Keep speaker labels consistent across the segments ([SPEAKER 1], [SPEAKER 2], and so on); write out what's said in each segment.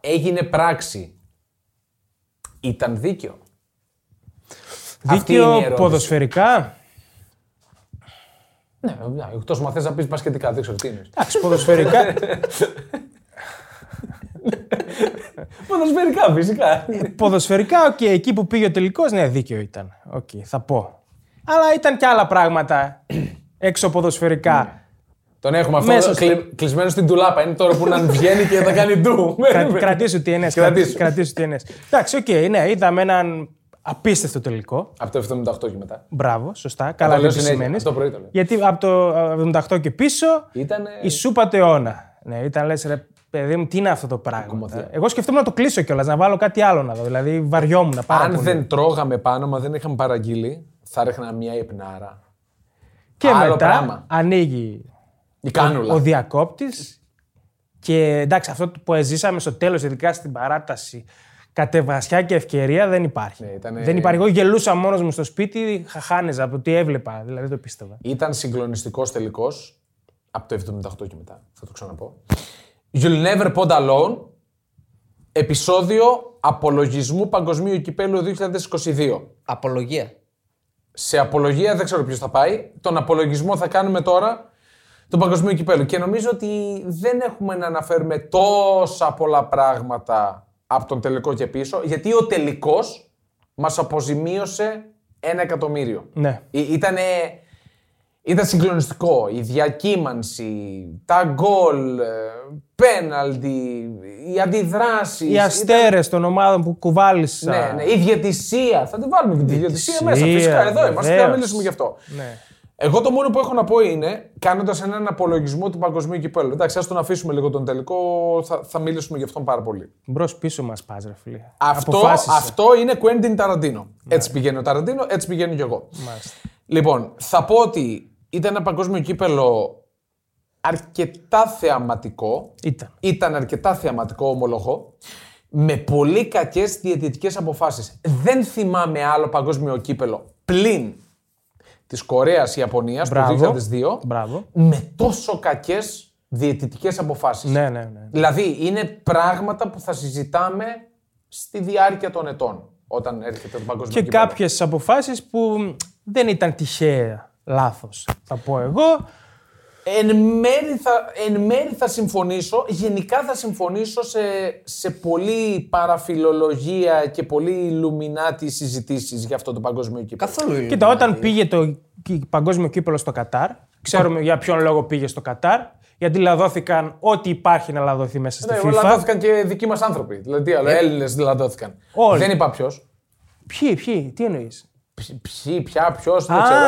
[SPEAKER 1] έγινε πράξη. Ήταν δίκαιο. Αυτή είναι η
[SPEAKER 2] Δίκαιο
[SPEAKER 1] ερώτηση.
[SPEAKER 2] ποδοσφαιρικά.
[SPEAKER 1] Ναι, ναι εκτός μα θες να πεις πασχετικά, δεν ξέρω τι είναι.
[SPEAKER 2] Εντάξει, ποδοσφαιρικά.
[SPEAKER 1] Ποδοσφαιρικά, φυσικά.
[SPEAKER 2] ποδοσφαιρικά, οκ, εκεί που πήγε ο τελικός, ναι, δίκαιο ήταν. Οκ, θα πω. Αλλά ήταν και άλλα πράγματα έξω ποδοσφαιρικά.
[SPEAKER 1] Ναι. Τον έχουμε αυτό
[SPEAKER 2] Μέσα
[SPEAKER 1] Μέσα
[SPEAKER 2] στο-
[SPEAKER 1] κλεισμένο στην τουλάπα. Είναι τώρα που να βγαίνει και θα κάνει ντου.
[SPEAKER 2] Κρα- Κρατήσου τι ενές,
[SPEAKER 1] Κρατήσου.
[SPEAKER 2] Κρατήσου τι ενές. Εντάξει, οκ, ναι, είδαμε έναν απίστευτο τελικό.
[SPEAKER 1] Από το 78 και μετά.
[SPEAKER 2] Μπράβο, σωστά. Καλά
[SPEAKER 1] Ε, λέω
[SPEAKER 2] δεν
[SPEAKER 1] συνέχεια,
[SPEAKER 2] σημαίνεις.
[SPEAKER 1] αυτό πρωί το λέω. Ε.
[SPEAKER 2] Γιατί από το 78 και πίσω
[SPEAKER 1] Ήταν.
[SPEAKER 2] η σούπα του αιώνα. Ναι, ήταν λες, ρε παιδί μου, τι είναι αυτό το πράγμα.
[SPEAKER 1] Κομμωδία.
[SPEAKER 2] Εγώ σκεφτόμουν να το κλείσω κιόλας, να βάλω κάτι άλλο να δω. Δηλαδή βαριόμουν πάρα
[SPEAKER 1] Αν
[SPEAKER 2] πολύ.
[SPEAKER 1] δεν τρώγαμε πάνω, μα δεν είχαμε παραγγείλει, θα έρχνα μια υπνάρα.
[SPEAKER 2] Και
[SPEAKER 1] άλλο
[SPEAKER 2] μετά
[SPEAKER 1] πράγμα.
[SPEAKER 2] ανοίγει
[SPEAKER 1] Η κάνουλα.
[SPEAKER 2] ο διακόπτης. Και εντάξει, αυτό που ζήσαμε στο τέλος, ειδικά στην παράταση, κατεβασιά και ευκαιρία δεν υπάρχει.
[SPEAKER 1] Ναι, ήτανε-
[SPEAKER 2] Δεν υπάρχει. Εγώ γελούσα μόνος μου στο σπίτι, χαχάνεζα από το τι έβλεπα. Δηλαδή το πίστευα.
[SPEAKER 1] Ήταν συγκλονιστικός τελικός από το 78 και μετά. Θα το ξαναπώ. You'll never pond alone. Επισόδιο απολογισμού Παγκοσμίου Κυπέλου 2022.
[SPEAKER 3] Απολογία.
[SPEAKER 1] Σε απολογία δεν ξέρω ποιος θα πάει. Τον απολογισμό θα κάνουμε τώρα του Παγκοσμίου Κυπέλου. Και νομίζω ότι δεν έχουμε να αναφέρουμε τόσα πολλά πράγματα από τον τελικό και πίσω, γιατί ο τελικός μας αποζημίωσε ένα εκατομμύριο.
[SPEAKER 2] Ναι.
[SPEAKER 1] Ή- Ε, Ήτανε, ήταν συγκλονιστικό. Η διακύμανση, τα γκολ, ε, πέναλτι, οι αντιδράσει.
[SPEAKER 2] Οι αστέρες των ομάδων που κουβάλισαν.
[SPEAKER 1] Ναι, ναι, η διαιτησία. Θα την βάλουμε και τη διαιτησία μέσα. Φυσικά εδώ είμαστε και θα
[SPEAKER 2] βεβαίως.
[SPEAKER 1] μιλήσουμε γι' αυτό.
[SPEAKER 2] Ναι.
[SPEAKER 1] Εγώ το μόνο που έχω να πω είναι, κάνοντας έναν απολογισμό του Παγκοσμίου Κυπέλλου. Εντάξει, ας τον αφήσουμε λίγο τον τελικό, θα, θα μιλήσουμε γι' αυτόν πάρα πολύ.
[SPEAKER 2] Μπρος πίσω μας πας, ρε φίλε.
[SPEAKER 1] Αυτό,
[SPEAKER 2] Αποφάσισε. Ναι.
[SPEAKER 1] αυτό είναι Quentin Tarantino. Έτσι πηγαίνει ο Ταραντίνο, έτσι πηγαίνω κι εγώ.
[SPEAKER 2] Μάλιστα.
[SPEAKER 1] Λοιπόν, θα πω ότι ήταν ένα παγκόσμιο κύπελο αρκετά θεαματικό.
[SPEAKER 2] Ήταν.
[SPEAKER 1] Ήταν αρκετά θεαματικό, ομολογώ. Με πολύ κακές διαιτητικές αποφάσεις. Δεν θυμάμαι άλλο παγκόσμιο κύπελο πλην της Κορέα-Ιαπωνία το
[SPEAKER 2] Μπράβο.
[SPEAKER 1] 2002
[SPEAKER 2] Μπράβο.
[SPEAKER 1] με τόσο κακές διαιτητικές αποφάσεις.
[SPEAKER 2] Ναι, ναι, ναι.
[SPEAKER 1] Δηλαδή, είναι πράγματα που θα συζητάμε στη διάρκεια των ετών όταν έρχεται το παγκόσμιο
[SPEAKER 2] Και
[SPEAKER 1] κύπελο.
[SPEAKER 2] κάποιες αποφάσεις που μ, δεν ήταν τυχαία λάθος, θα πω εγώ.
[SPEAKER 1] Εν μέρη, θα, εν μέρη θα συμφωνήσω, γενικά θα συμφωνήσω σε, σε πολύ παραφιλολογία και πολύ λουμινάτη συζητήσεις για αυτό το παγκόσμιο κύπελο.
[SPEAKER 3] Καθόλου ήλιο.
[SPEAKER 2] Κοίτα, όταν πήγε το κυ- παγκόσμιο κύπελο στο Κατάρ, ξέρουμε για ποιον λόγο πήγε στο Κατάρ. Γιατί λαδώθηκαν ό,τι υπάρχει να λαδωθεί μέσα στη
[SPEAKER 1] Ναι,
[SPEAKER 2] FIFA. Ε,
[SPEAKER 1] λαδώθηκαν και δικοί μας άνθρωποι. Δηλαδή, τι άλλο, Έλληνες λαδώθηκαν.
[SPEAKER 2] Όλοι.
[SPEAKER 1] Δεν είπα ποιος.
[SPEAKER 2] Ποιοι, ποιοι, τι εννοείς.
[SPEAKER 1] Ποιοι, ποια, ποιος, δεν
[SPEAKER 2] Α,
[SPEAKER 1] ξέρω.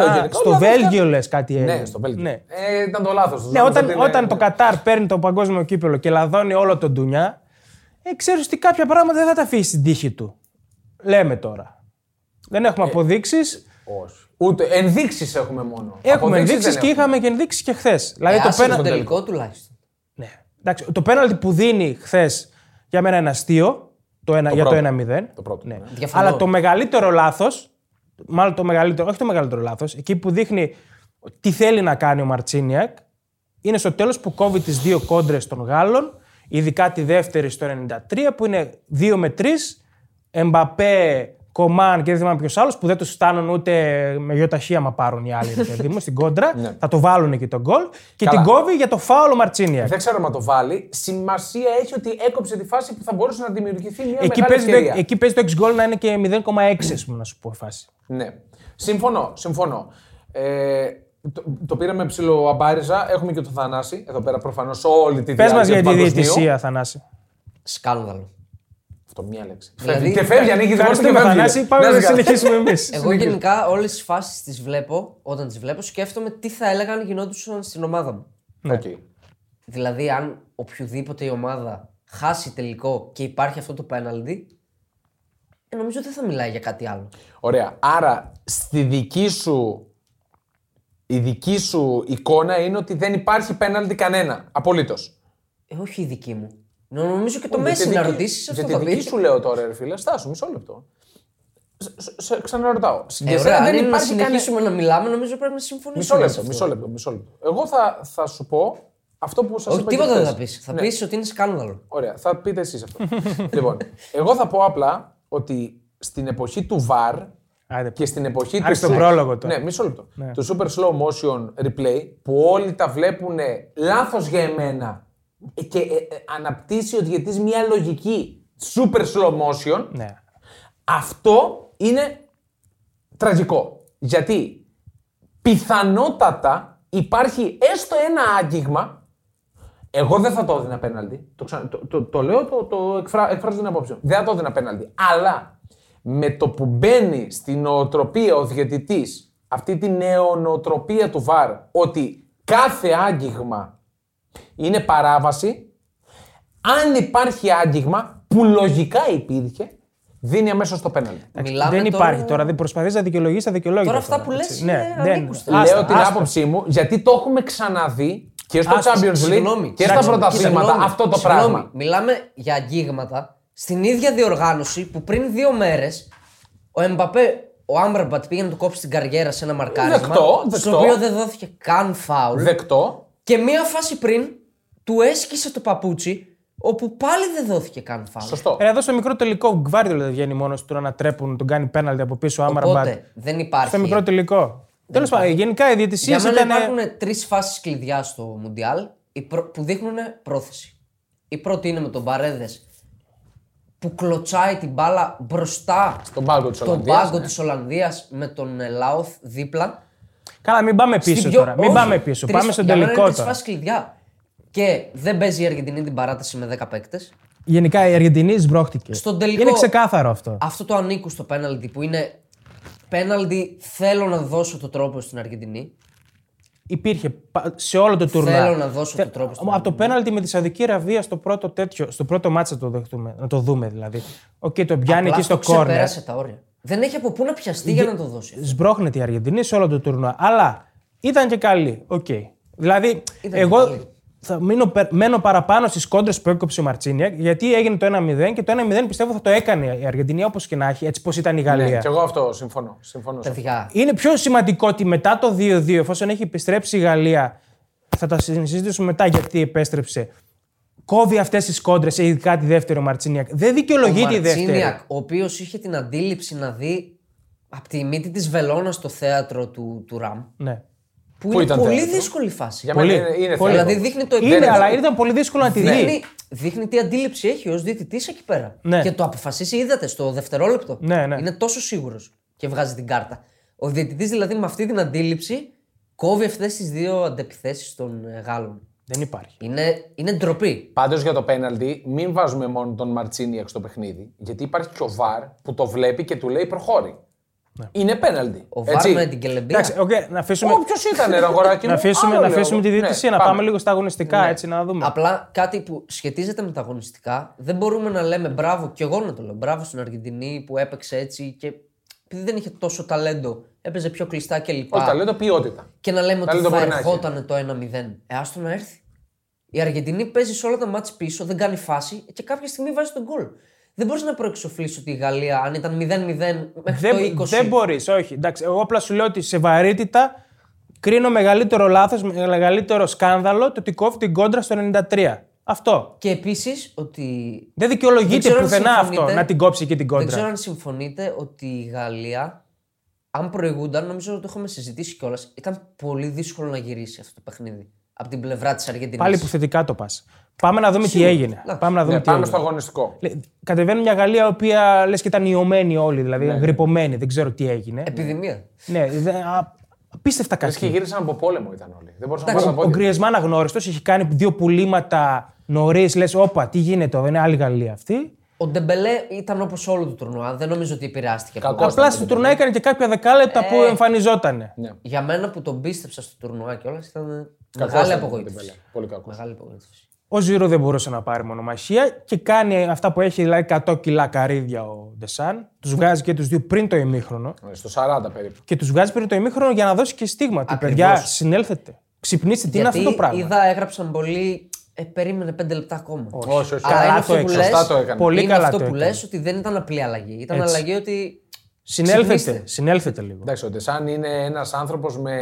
[SPEAKER 1] Λέω
[SPEAKER 2] α,
[SPEAKER 1] γενικά,
[SPEAKER 2] στο
[SPEAKER 1] λαδώθηκαν.
[SPEAKER 2] Βέλγιο λες κάτι έγινε.
[SPEAKER 1] Ναι, στο Βέλγιο.
[SPEAKER 2] Ναι.
[SPEAKER 1] Ε, ήταν το λάθος.
[SPEAKER 2] Ναι, όταν, όταν το Κατάρ παίρνει το παγκόσμιο κύπελο και λαδώνει όλο τον Ντουνιά, ε, ξέρεις ότι κάποια πράγματα δεν θα τα αφήσει στην τύχη του. Λέμε τώρα. Δεν
[SPEAKER 1] Ε,
[SPEAKER 2] έχουμε αποδείξεις.
[SPEAKER 1] Όχι. Ούτε ενδείξεις έχουμε μόνο.
[SPEAKER 2] Έχουμε
[SPEAKER 1] Αποδείξεις
[SPEAKER 2] ενδείξεις
[SPEAKER 1] δεν
[SPEAKER 2] και
[SPEAKER 1] έχουμε. Ε,
[SPEAKER 2] είχαμε και ενδείξεις και χθες. Δηλαδή
[SPEAKER 3] το
[SPEAKER 2] το πέναλτι.
[SPEAKER 3] στον τελικό τουλάχιστον.
[SPEAKER 2] Ναι. Εντάξει, το πέναλτι που δίνει χθες για μένα είναι αστείο. Το ένα, για
[SPEAKER 1] πρώτο.
[SPEAKER 2] το 1-0.
[SPEAKER 1] Το πρώτο,
[SPEAKER 2] Ναι.
[SPEAKER 1] ναι.
[SPEAKER 3] Διαφωνώ.
[SPEAKER 2] Αλλά το μεγαλύτερο λάθος. Μάλλον το μεγαλύτερο, όχι το μεγαλύτερο λάθος, εκεί που δείχνει τι θέλει να κάνει ο Μαρτσίνιακ, είναι στο τέλος που κόβει τις δύο κόντρες των Γάλλων, ειδικά τη δεύτερη στο 93, που είναι 2 με 3. Εμπαπέ, Κομάν και δεν θυμάμαι ποιος άλλος, που δεν τους φτάνουν ούτε με γιοταχή άμα πάρουν οι άλλοι, ρε παιδί μου, στην κόντρα. θα το βάλουν εκεί τον γκολ. Και
[SPEAKER 1] Ναι. Καλά.
[SPEAKER 2] την κόβει για το φάουλ ο Μαρτσίνιακ.
[SPEAKER 1] Ε, Δεν ξέρω αν το βάλει. Σημασία έχει ότι έκοψε τη φάση που θα μπορούσε να δημιουργηθεί μια
[SPEAKER 2] Εκεί
[SPEAKER 1] Ε, μεγάλη
[SPEAKER 2] παίζει, το,
[SPEAKER 1] ευκαιρία.
[SPEAKER 2] εκεί παίζει το εξ γκολ να είναι και 0,6 ας πούμε, να σου πω φάση.
[SPEAKER 1] Ναι. Συμφωνώ, συμφωνώ. Ε, το, το πήραμε ψηλό αμπάριζα. Έχουμε και τον Θανάση εδώ πέρα προφανώς όλη τη
[SPEAKER 2] Πες
[SPEAKER 1] διάρκεια.
[SPEAKER 2] μας για
[SPEAKER 1] του
[SPEAKER 2] τη
[SPEAKER 1] παγκοσμίου.
[SPEAKER 2] διαιτησία, Θανάση.
[SPEAKER 3] Σκάνδαλο.
[SPEAKER 1] Αυτό μία λέξη.
[SPEAKER 3] Δηλαδή-
[SPEAKER 1] Φεύγει. και φεύγει, ανοίγει την πόρτα και
[SPEAKER 2] Ευχαριστούμε
[SPEAKER 1] φεύγει.
[SPEAKER 2] Θανάση, πάμε να
[SPEAKER 1] σε καλά.
[SPEAKER 2] συνεχίσουμε εμείς.
[SPEAKER 3] Εγώ γενικά όλες τις φάσεις τις βλέπω, όταν τις βλέπω, σκέφτομαι τι θα έλεγαν αν γινόντουσαν στην ομάδα μου.
[SPEAKER 1] Οκ.
[SPEAKER 3] Δηλαδή, αν οποιοδήποτε η ομάδα χάσει τελικό και υπάρχει αυτό το πέναλτι, ε, νομίζω δεν θα μιλάει για κάτι άλλο.
[SPEAKER 1] Ωραία. Άρα στη δική σου. Η δική σου εικόνα είναι ότι δεν υπάρχει πέναλτι κανένα. Απολύτως.
[SPEAKER 3] Ε, όχι η δική μου. Νο- Νομίζω και το Μέση να ρωτήσεις αυτό
[SPEAKER 1] Για
[SPEAKER 3] θα
[SPEAKER 1] τη
[SPEAKER 3] πει.
[SPEAKER 1] δική σου λέω τώρα, ρε φίλε, στάσου μισό λεπτό. Σε- σε- Σε, ξαναρωτάω.
[SPEAKER 3] Ε,
[SPEAKER 1] Για
[SPEAKER 3] ωραία,
[SPEAKER 1] σένα
[SPEAKER 3] αν
[SPEAKER 1] δεν
[SPEAKER 3] είναι να
[SPEAKER 1] υπάρχει κανένα.
[SPEAKER 3] συνεχίσουμε να μιλάμε, νομίζω πρέπει να συμφωνήσουμε.
[SPEAKER 1] Μισό λεπτό,
[SPEAKER 3] σε αυτό.
[SPEAKER 1] μισό λεπτό, μισό λεπτό. Εγώ θα, θα σου πω αυτό που σας
[SPEAKER 3] Όχι,
[SPEAKER 1] είπα. και
[SPEAKER 3] τίποτα δεν
[SPEAKER 1] χθες. Ναι,
[SPEAKER 3] θα πεις. Θα πεις ότι είναι σκάνδαλο.
[SPEAKER 1] Ωραία, θα πείτε εσείς αυτό. λοιπόν, εγώ θα πω απλά ότι στην εποχή του VAR
[SPEAKER 2] Άντε,
[SPEAKER 1] και στην εποχή του.
[SPEAKER 2] Άρχισε τον
[SPEAKER 1] super-
[SPEAKER 2] πρόλογο τώρα.
[SPEAKER 1] Ναι, μισό λεπτό. Του super slow motion replay που όλοι τα βλέπουν λάθος για εμένα ε, και ε, ε, αναπτύσσει ο διαιτή μια λογική super slow motion.
[SPEAKER 2] Ναι.
[SPEAKER 1] Αυτό είναι τραγικό. Γιατί πιθανότατα υπάρχει έστω ένα άγγιγμα. Εγώ δεν θα το έδινα πέναλτι. Το, ξα... το, το, το λέω, το, το εκφρά... εκφράζω την απόψη μου. Δεν θα το έδινα πέναλτι. Αλλά με το που μπαίνει στην νοοτροπία ο διαιτητής, αυτή τη νεονοοτροπία του ΒΑΡ, ότι κάθε άγγιγμα είναι παράβαση, αν υπάρχει άγγιγμα που λογικά υπήρχε, δίνει αμέσως το πέναλτι.
[SPEAKER 3] Μιλάμε
[SPEAKER 2] δεν
[SPEAKER 3] τώρα-
[SPEAKER 2] υπάρχει τώρα, δεν προσπαθείς να δικαιολογήσει τα δικαιολόγητα.
[SPEAKER 3] Τώρα αυτά που λες
[SPEAKER 2] έτσι. Ναι,
[SPEAKER 3] είναι
[SPEAKER 2] δεν-
[SPEAKER 3] ανήκουστα.
[SPEAKER 2] Άστα,
[SPEAKER 1] Λέω την
[SPEAKER 2] άστα.
[SPEAKER 1] άποψή μου γιατί το έχουμε ξαναδεί και στο
[SPEAKER 2] Άστα,
[SPEAKER 1] Champions League
[SPEAKER 3] Συγγνώμη.
[SPEAKER 1] και στα
[SPEAKER 3] Συγγνώμη.
[SPEAKER 1] πρωταθλήματα
[SPEAKER 3] Συγγνώμη.
[SPEAKER 1] αυτό το
[SPEAKER 3] Συγγνώμη.
[SPEAKER 1] πράγμα.
[SPEAKER 3] Μιλάμε για αγγίγματα στην ίδια διοργάνωση που πριν δύο μέρες ο Εμπαπέ, ο Άμπραμπατ πήγε να του κόψει την καριέρα σε ένα μαρκάρισμα.
[SPEAKER 1] Δεκτό, δεκτό.
[SPEAKER 3] Στο οποίο δεν δόθηκε καν φάουλ.
[SPEAKER 1] Δεκτό.
[SPEAKER 3] Και μία φάση πριν του έσκησε το παπούτσι όπου πάλι δεν δόθηκε καν φάουλ.
[SPEAKER 1] Σωστό.
[SPEAKER 2] Ρε, εδώ στο μικρό τελικό ο Γκβάρντιο δεν βγαίνει μόνος του τώρα να τρέπουν, τον κάνει πέναλτι από πίσω ο Άμραμπατ.
[SPEAKER 3] Οπότε δεν υπάρχει.
[SPEAKER 2] Στο μικρό τελικό. Τέλος πάντων, γενικά οι διαιτησίες
[SPEAKER 3] Για μένα
[SPEAKER 2] ήταν.
[SPEAKER 3] υπάρχουν τρεις φάσεις κλειδιά στο Μουντιάλ οι πρω- που δείχνουν πρόθεση. Η πρώτη είναι με τον Παρέδες που κλωτσάει την μπάλα μπροστά
[SPEAKER 1] Στον πάγκο της
[SPEAKER 3] στον
[SPEAKER 1] Ολλανδίας.
[SPEAKER 2] ναι.
[SPEAKER 3] πάγκο της Ολλανδίας με τον ε, Λάοθ δίπλα.
[SPEAKER 2] Καλά, μην πάμε πίσω
[SPEAKER 3] Στην πιο-
[SPEAKER 2] τώρα. Μην
[SPEAKER 3] όχι,
[SPEAKER 2] πάμε πίσω.
[SPEAKER 3] τρεις-
[SPEAKER 2] Πάμε στον
[SPEAKER 3] για μένα
[SPEAKER 2] τελικό
[SPEAKER 3] είναι τρεις
[SPEAKER 2] τώρα.
[SPEAKER 3] φάσεις κλειδιά. Και δεν παίζει η Αργεντινή την παράταση με 10 παίκτες.
[SPEAKER 2] Γενικά η Αργεντινή σβρώχτηκε.
[SPEAKER 3] Στον τελικό-
[SPEAKER 2] Είναι ξεκάθαρο αυτό.
[SPEAKER 3] Αυτό το ανήκου στο πέναλτι που είναι πέναλτι θέλω να δώσω το τρόπο στην Αργεντινή.
[SPEAKER 2] Υπήρχε πα- σε όλο το τουρνουά.
[SPEAKER 3] Θέλω να δώσω τον τρόπο στον
[SPEAKER 2] Από το πέναλτι με τη Σαουδική Αραβία στο πρώτο τέτοιο, στο πρώτο μάτσα το δεχτούμε, να το δούμε δηλαδή. Οκ, τον πιάνει εκεί στο
[SPEAKER 3] αυτό
[SPEAKER 2] κόρνερ.
[SPEAKER 3] ξεπέρασε τα όρια. Δεν έχει από πού να πιαστεί για να το δώσει.
[SPEAKER 2] Σμπρώχνεται η Αργεντινή σε όλο το τουρνουά. Αλλά ήταν και καλή. Οκ. Δηλαδή,
[SPEAKER 3] Ήταν
[SPEAKER 2] εγώ
[SPEAKER 3] και καλή.
[SPEAKER 2] θα μείνω, πε- μένω παραπάνω στις κόντρες που έκοψε η Μαρτσίνιακ, γιατί έγινε το 1-0 και το 1-0 πιστεύω θα το έκανε η Αργεντινή όπως και να έχει, έτσι πώ ήταν η Γαλλία.
[SPEAKER 1] Ναι, και εγώ αυτό συμφωνώ. συμφωνώ.
[SPEAKER 2] Ε,
[SPEAKER 3] Παιδιά,
[SPEAKER 2] Είναι πιο σημαντικό ότι μετά το 2-2, εφόσον έχει επιστρέψει η Γαλλία, θα τα συζητήσουμε μετά γιατί επέστρεψε. Κόβει αυτές τις κόντρες, ε, ειδικά τη δεύτερη ο Μαρτσίνιακ. Δεν δικαιολογεί
[SPEAKER 3] ο
[SPEAKER 2] τη δεύτερη.
[SPEAKER 3] Μαρτσίνιακ, ο οποίος είχε την αντίληψη να δει από τη μύτη της Βελόνα στο θέατρο του, του Ραμ.
[SPEAKER 2] Ναι.
[SPEAKER 3] Που,
[SPEAKER 1] Πού
[SPEAKER 3] είναι
[SPEAKER 1] ήταν
[SPEAKER 3] πολύ
[SPEAKER 1] θέατρο?
[SPEAKER 3] δύσκολη φάση.
[SPEAKER 1] Για
[SPEAKER 2] Πολύ.
[SPEAKER 1] μένα Ε, είναι, είναι
[SPEAKER 2] Πολύ.
[SPEAKER 1] θέατρο.
[SPEAKER 3] Δηλαδή δείχνει το
[SPEAKER 2] Είναι,
[SPEAKER 3] επίπεδο.
[SPEAKER 2] αλλά ήταν πολύ δύσκολο να τη δει.
[SPEAKER 3] Δείχνει, δείχνει τι αντίληψη έχει ως διαιτητής εκεί πέρα.
[SPEAKER 2] Ναι.
[SPEAKER 3] Και το αποφασίσει, είδατε, στο δευτερόλεπτο.
[SPEAKER 2] Ναι, ναι.
[SPEAKER 3] Είναι τόσο σίγουρος και βγάζει την κάρτα. Ο διαιτητής δηλαδή με αυτή την αντίληψη κόβει αυτές τις δύο αντεπιθέσεις των ε, Γάλλων.
[SPEAKER 2] Δεν υπάρχει.
[SPEAKER 3] Είναι, είναι ντροπή.
[SPEAKER 1] Πάντως για το πέναλτι, μην βάζουμε μόνο τον Μαρτσίνιακ στο παιχνίδι. Γιατί υπάρχει και ο Βαρ που το βλέπει και του λέει προχώρη.
[SPEAKER 2] Ναι.
[SPEAKER 1] Είναι πέναλτι.
[SPEAKER 3] Ο Βάρ
[SPEAKER 1] έτσι.
[SPEAKER 3] με την κελεμπία.
[SPEAKER 2] Εντάξει, οκ, να αφήσουμε,
[SPEAKER 1] Όποιος ήταν, ρε αγοράκι μου.
[SPEAKER 2] να αφήσουμε,
[SPEAKER 1] άλλο
[SPEAKER 2] να
[SPEAKER 1] λέω
[SPEAKER 2] αφήσουμε
[SPEAKER 1] εγώ.
[SPEAKER 2] τη διαιτησία,
[SPEAKER 1] Ναι,
[SPEAKER 2] να πάμε. λίγο στα αγωνιστικά
[SPEAKER 3] Ναι.
[SPEAKER 2] έτσι να δούμε.
[SPEAKER 3] Απλά κάτι που σχετίζεται με τα αγωνιστικά, δεν μπορούμε να λέμε μπράβο, και εγώ να το λέω μπράβο στην Αργεντινή που έπαιξε έτσι και επειδή δεν είχε τόσο ταλέντο, έπαιζε πιο κλειστά κλπ.
[SPEAKER 1] Όχι, τα λέω τα ποιότητα.
[SPEAKER 3] Και να λέμε ότι
[SPEAKER 1] ταλέντο
[SPEAKER 3] θα
[SPEAKER 1] μπορεί να έχει.
[SPEAKER 3] ερχόταν το 1-0. Ε, άστο να έρθει. Η Αργεντινή παίζει σε όλα τα μάτς πίσω, δεν κάνει φάση και κάποια στιγμή βάζει τον γκολ. Δεν μπορείς να προεξοφλήσει ότι η Γαλλία, αν ήταν 0-0 μέχρι
[SPEAKER 2] Δεν,
[SPEAKER 3] το 20.
[SPEAKER 2] δεν μπορείς, όχι. Εντάξει, εγώ απλά σου λέω ότι σε βαρύτητα κρίνω μεγαλύτερο λάθος, μεγαλύτερο σκάνδαλο το ότι κόβει την κόντρα στο 93. Αυτό.
[SPEAKER 3] Και επίσης ότι
[SPEAKER 2] Δεν
[SPEAKER 3] Δεν
[SPEAKER 2] δικαιολογείται
[SPEAKER 3] ξέρω αν
[SPEAKER 2] πουθενά αυτό
[SPEAKER 3] συμφωνείτε.
[SPEAKER 2] να την κόψει και την
[SPEAKER 3] Δεν ξέρω
[SPEAKER 2] κόντρα.
[SPEAKER 3] αν συμφωνείτε ότι η Γαλλία, αν προηγούνταν, νομίζω ότι το είχαμε συζητήσει κιόλας, ήταν πολύ δύσκολο να γυρίσει αυτό το παιχνίδι. Από την πλευρά της Αργεντινής.
[SPEAKER 2] Πάλι που θετικά το πας. Πάμε να δούμε τι
[SPEAKER 3] Σίγουρα.
[SPEAKER 2] έγινε.
[SPEAKER 3] Εντάξει.
[SPEAKER 2] Πάμε να δούμε
[SPEAKER 1] Ναι,
[SPEAKER 2] τι
[SPEAKER 1] πάμε
[SPEAKER 2] έγινε.
[SPEAKER 1] στο αγωνιστικό.
[SPEAKER 2] Λε- Κατεβαίνει μια Γαλλία η οποία λες και ήταν ιωμένη όλοι, δηλαδή
[SPEAKER 3] Ναι.
[SPEAKER 2] γρυπωμένη, δεν ξέρω τι έγινε.
[SPEAKER 3] Επιδημία.
[SPEAKER 2] Ναι, δε- α- απίστευτα
[SPEAKER 1] Λες και
[SPEAKER 2] κακή.
[SPEAKER 1] γύρισαν από πόλεμο ήταν όλοι. Δεν μπορούσαν να
[SPEAKER 3] Εντάξει,
[SPEAKER 1] πάρουν τα
[SPEAKER 2] Ο
[SPEAKER 1] πόδια.
[SPEAKER 2] Γκριεσμάν αγνώριστος έχει κάνει δύο πουλήματα νωρίς. Λες, όπα, τι γίνεται εδώ, είναι άλλη Γαλλία αυτή.
[SPEAKER 3] Ο Ντεμπελέ ήταν όπως όλο το τουρνουά. Δεν νομίζω ότι επηρεάστηκε. από
[SPEAKER 1] Κακό.
[SPEAKER 3] το-
[SPEAKER 2] Απλά στο τουρνά έκανε και κάποια δεκάλεπτα που
[SPEAKER 3] Ε.
[SPEAKER 2] εμφανιζόταν.
[SPEAKER 3] Για μένα που τον πίστεψα στο τουρνουά κιόλας ήταν
[SPEAKER 1] Κακός
[SPEAKER 3] μεγάλη
[SPEAKER 1] ήταν ο
[SPEAKER 3] απογοήτευση.
[SPEAKER 1] Ντεμπελέ. Πολύ κακός.
[SPEAKER 3] Μεγάλη απογοήτευση.
[SPEAKER 2] Ο Ζήρο δεν μπορούσε να πάρει μονομαχία και κάνει αυτά που έχει, δηλαδή 100 κιλά καρύδια ο Ντεσάν.
[SPEAKER 3] Ναι.
[SPEAKER 2] Τους βγάζει και τους δύο πριν το ημίχρονο.
[SPEAKER 1] Ε, Στο 40 περίπου.
[SPEAKER 2] Και τους βγάζει πριν το ημίχρονο για να δώσει και στίγμα. Τι παιδιά, συνέλθετε. Ξυπνήστε, τι είναι αυτό το πράγμα.
[SPEAKER 3] είδα, έγραψαν πολύ. Ε, περίμενε πέντε λεπτά ακόμα.
[SPEAKER 1] Όχι, όχι.
[SPEAKER 3] Αλλά
[SPEAKER 2] Καλά
[SPEAKER 3] είναι
[SPEAKER 2] το
[SPEAKER 3] αυτό που
[SPEAKER 2] έκανε.
[SPEAKER 3] λες,
[SPEAKER 1] Σωστά το έκανε.
[SPEAKER 2] Πολύ
[SPEAKER 3] είναι
[SPEAKER 2] καλά
[SPEAKER 3] αυτό
[SPEAKER 2] το
[SPEAKER 3] που
[SPEAKER 2] έκανε.
[SPEAKER 3] λες ότι δεν ήταν απλή αλλαγή. Ήταν
[SPEAKER 2] Έτσι.
[SPEAKER 3] αλλαγή ότι
[SPEAKER 2] Συνέλθετε,
[SPEAKER 3] Ξυπνήστε.
[SPEAKER 2] συνέλθετε λίγο.
[SPEAKER 1] Εντάξει, ο Ντεσάν είναι ένας άνθρωπος με.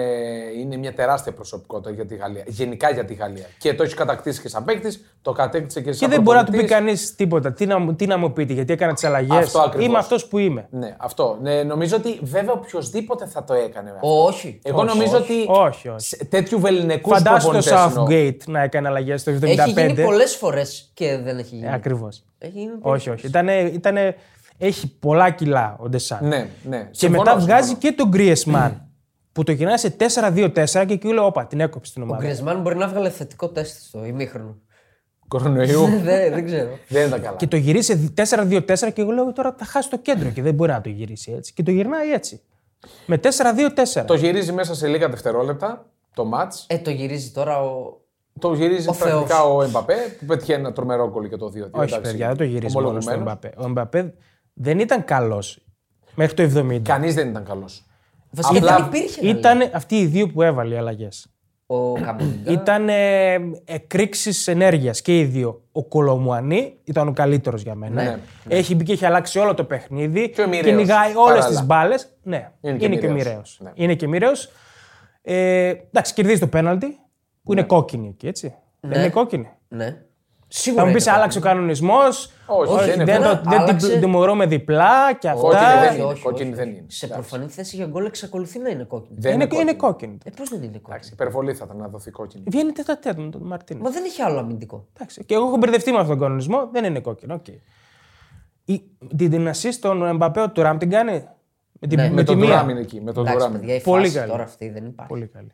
[SPEAKER 1] είναι μια τεράστια προσωπικότητα για τη Γαλλία. Γενικά για τη Γαλλία. Και το έχεις κατακτήσει και σαν παίκτης, το κατέκτησε και σαν
[SPEAKER 2] Και δεν μπορεί να του πει
[SPEAKER 1] προπονητής.
[SPEAKER 2] κανείς τίποτα. Τι να, μου- τι να μου πείτε, γιατί έκανα τις αλλαγέ.
[SPEAKER 1] Αυτό ακριβώς.
[SPEAKER 2] Είμαι αυτός που είμαι.
[SPEAKER 1] Ναι, αυτό. Ναι, νομίζω ότι βέβαια οποιοδήποτε θα το έκανε. αυτό.
[SPEAKER 3] Όχι.
[SPEAKER 1] Εγώ νομίζω ότι.
[SPEAKER 2] όχι, όχι.
[SPEAKER 1] σε- Τέτοιου βεληνικούς
[SPEAKER 2] Φαντάζομαι το
[SPEAKER 1] προπονητές.
[SPEAKER 2] Southgate να έκανε αλλαγές το Ε, 75.
[SPEAKER 3] Έχει γίνει πολλές φορές και δεν έχει γίνει.
[SPEAKER 2] Ακριβώς.
[SPEAKER 3] Έχει γίνει πολλές
[SPEAKER 2] Όχι, όχι. Ήτανε, ήτανε, έχει πολλά κιλά ο Ντεσάν.
[SPEAKER 1] Ναι, ναι.
[SPEAKER 2] Και μετά βγάζει και τον Γκρίεσμαν που το γυρνάει σε 4-2-4 και εκεί λέω: Όπα, την έκοψε την
[SPEAKER 3] Ο
[SPEAKER 2] ομάδα.
[SPEAKER 3] Γκρισμάν μπορεί να βγάλει θετικό τεστ στο ημίχρονο.
[SPEAKER 1] Κορονοϊού.
[SPEAKER 3] δεν, δεν ξέρω.
[SPEAKER 1] δεν ήταν καλά.
[SPEAKER 2] Και το γυρίσει 4-2-4 και εγώ λέω: Τώρα θα χάσει το κέντρο και δεν μπορεί να το γυρίσει έτσι. Και το γυρνάει έτσι. Με 4-2-4.
[SPEAKER 1] Το γυρίζει μέσα σε λίγα δευτερόλεπτα το ματ.
[SPEAKER 3] Ε, το γυρίζει τώρα ο.
[SPEAKER 1] Το γυρίζει
[SPEAKER 3] Ο
[SPEAKER 1] πρακτικά ο Εμπαπέ που πετυχαίνει ένα τρομερό γκολ και το 2-2.
[SPEAKER 2] Όχι,
[SPEAKER 1] εντάξει.
[SPEAKER 2] παιδιά, δεν το γυρίζει μόνο στον
[SPEAKER 1] Ομολογουμένος.
[SPEAKER 2] Εμπαπέ. Ο Εμπαπέ δεν ήταν καλός μέχρι το 70.
[SPEAKER 1] Κανείς δεν ήταν καλός.
[SPEAKER 3] Βασικά
[SPEAKER 1] Απλά
[SPEAKER 3] δεν υπήρχε. να λέει.
[SPEAKER 2] Ήταν αυτοί οι δύο που έβαλε οι αλλαγές.
[SPEAKER 3] Ο Καμπονιγκά.
[SPEAKER 2] Ήταν ε, εκρήξεις ενέργειας και οι δύο. Ο Κολομουανί ήταν ο καλύτερος για μένα.
[SPEAKER 1] Ναι,
[SPEAKER 2] Έχει μπει και έχει αλλάξει όλο το παιχνίδι.
[SPEAKER 1] Και ο μοιραίος,
[SPEAKER 2] κυνηγάει όλες
[SPEAKER 1] παράλληλα.
[SPEAKER 2] τις μπάλες. Ναι,
[SPEAKER 1] Είναι
[SPEAKER 2] είναι
[SPEAKER 1] και
[SPEAKER 2] και,
[SPEAKER 1] μοιραίος.
[SPEAKER 2] μοιραίος.
[SPEAKER 1] Ναι.
[SPEAKER 2] Είναι και μοιραίος. Ε, εντάξει, κερδίζει το πέναλτι που
[SPEAKER 1] Ναι.
[SPEAKER 2] είναι κόκκινη εκεί, έτσι. Δεν είναι κόκκινη.
[SPEAKER 3] Ναι.
[SPEAKER 2] Θα
[SPEAKER 3] Σίγουρα.
[SPEAKER 2] μου
[SPEAKER 3] είναι
[SPEAKER 2] πεις, άλλαξε ο κανονισμός.
[SPEAKER 1] Όχι, δεν είναι
[SPEAKER 2] δεν,
[SPEAKER 1] βέβαια.
[SPEAKER 2] το- δεν την
[SPEAKER 3] Άλλαξε.
[SPEAKER 2] πλ- τιμωρώ με διπλά και
[SPEAKER 1] Όχι,
[SPEAKER 2] αυτά.
[SPEAKER 1] δεν
[SPEAKER 3] κόκκινη.
[SPEAKER 1] είναι. Κόκκινη δεν είναι.
[SPEAKER 3] Σε
[SPEAKER 1] Εντάξει.
[SPEAKER 3] προφανή θέση για γκολ εξακολουθεί να είναι κόκκινη.
[SPEAKER 1] Δεν
[SPEAKER 2] είναι,
[SPEAKER 1] είναι κόκκινη.
[SPEAKER 2] είναι κόκκινη.
[SPEAKER 3] Ε, πώς δεν είναι κόκκινη.
[SPEAKER 1] Υπερβολή θα ήταν να δοθεί κόκκινη.
[SPEAKER 2] Βγαίνει τετατέτ με τον Μαρτίνο.
[SPEAKER 3] Μα δεν έχει άλλο αμυντικό.
[SPEAKER 2] Εντάξει. Και εγώ έχω μπερδευτεί με αυτόν τον κανονισμό. Δεν είναι κόκκινο. οκ. Η, την την assist των Εμπαπέ του Τουράμ την κάνει. Με, την,
[SPEAKER 3] Ναι.
[SPEAKER 2] με
[SPEAKER 1] Με
[SPEAKER 2] τη
[SPEAKER 1] τον
[SPEAKER 2] μία.
[SPEAKER 1] Τουράμ είναι εκεί. Με τον
[SPEAKER 3] Εντάξει,
[SPEAKER 1] Τουράμ.
[SPEAKER 3] παιδιά, η
[SPEAKER 2] Πολύ
[SPEAKER 3] φάση
[SPEAKER 2] καλή.
[SPEAKER 3] τώρα αυτή δεν υπάρχει.
[SPEAKER 2] Πολύ καλή.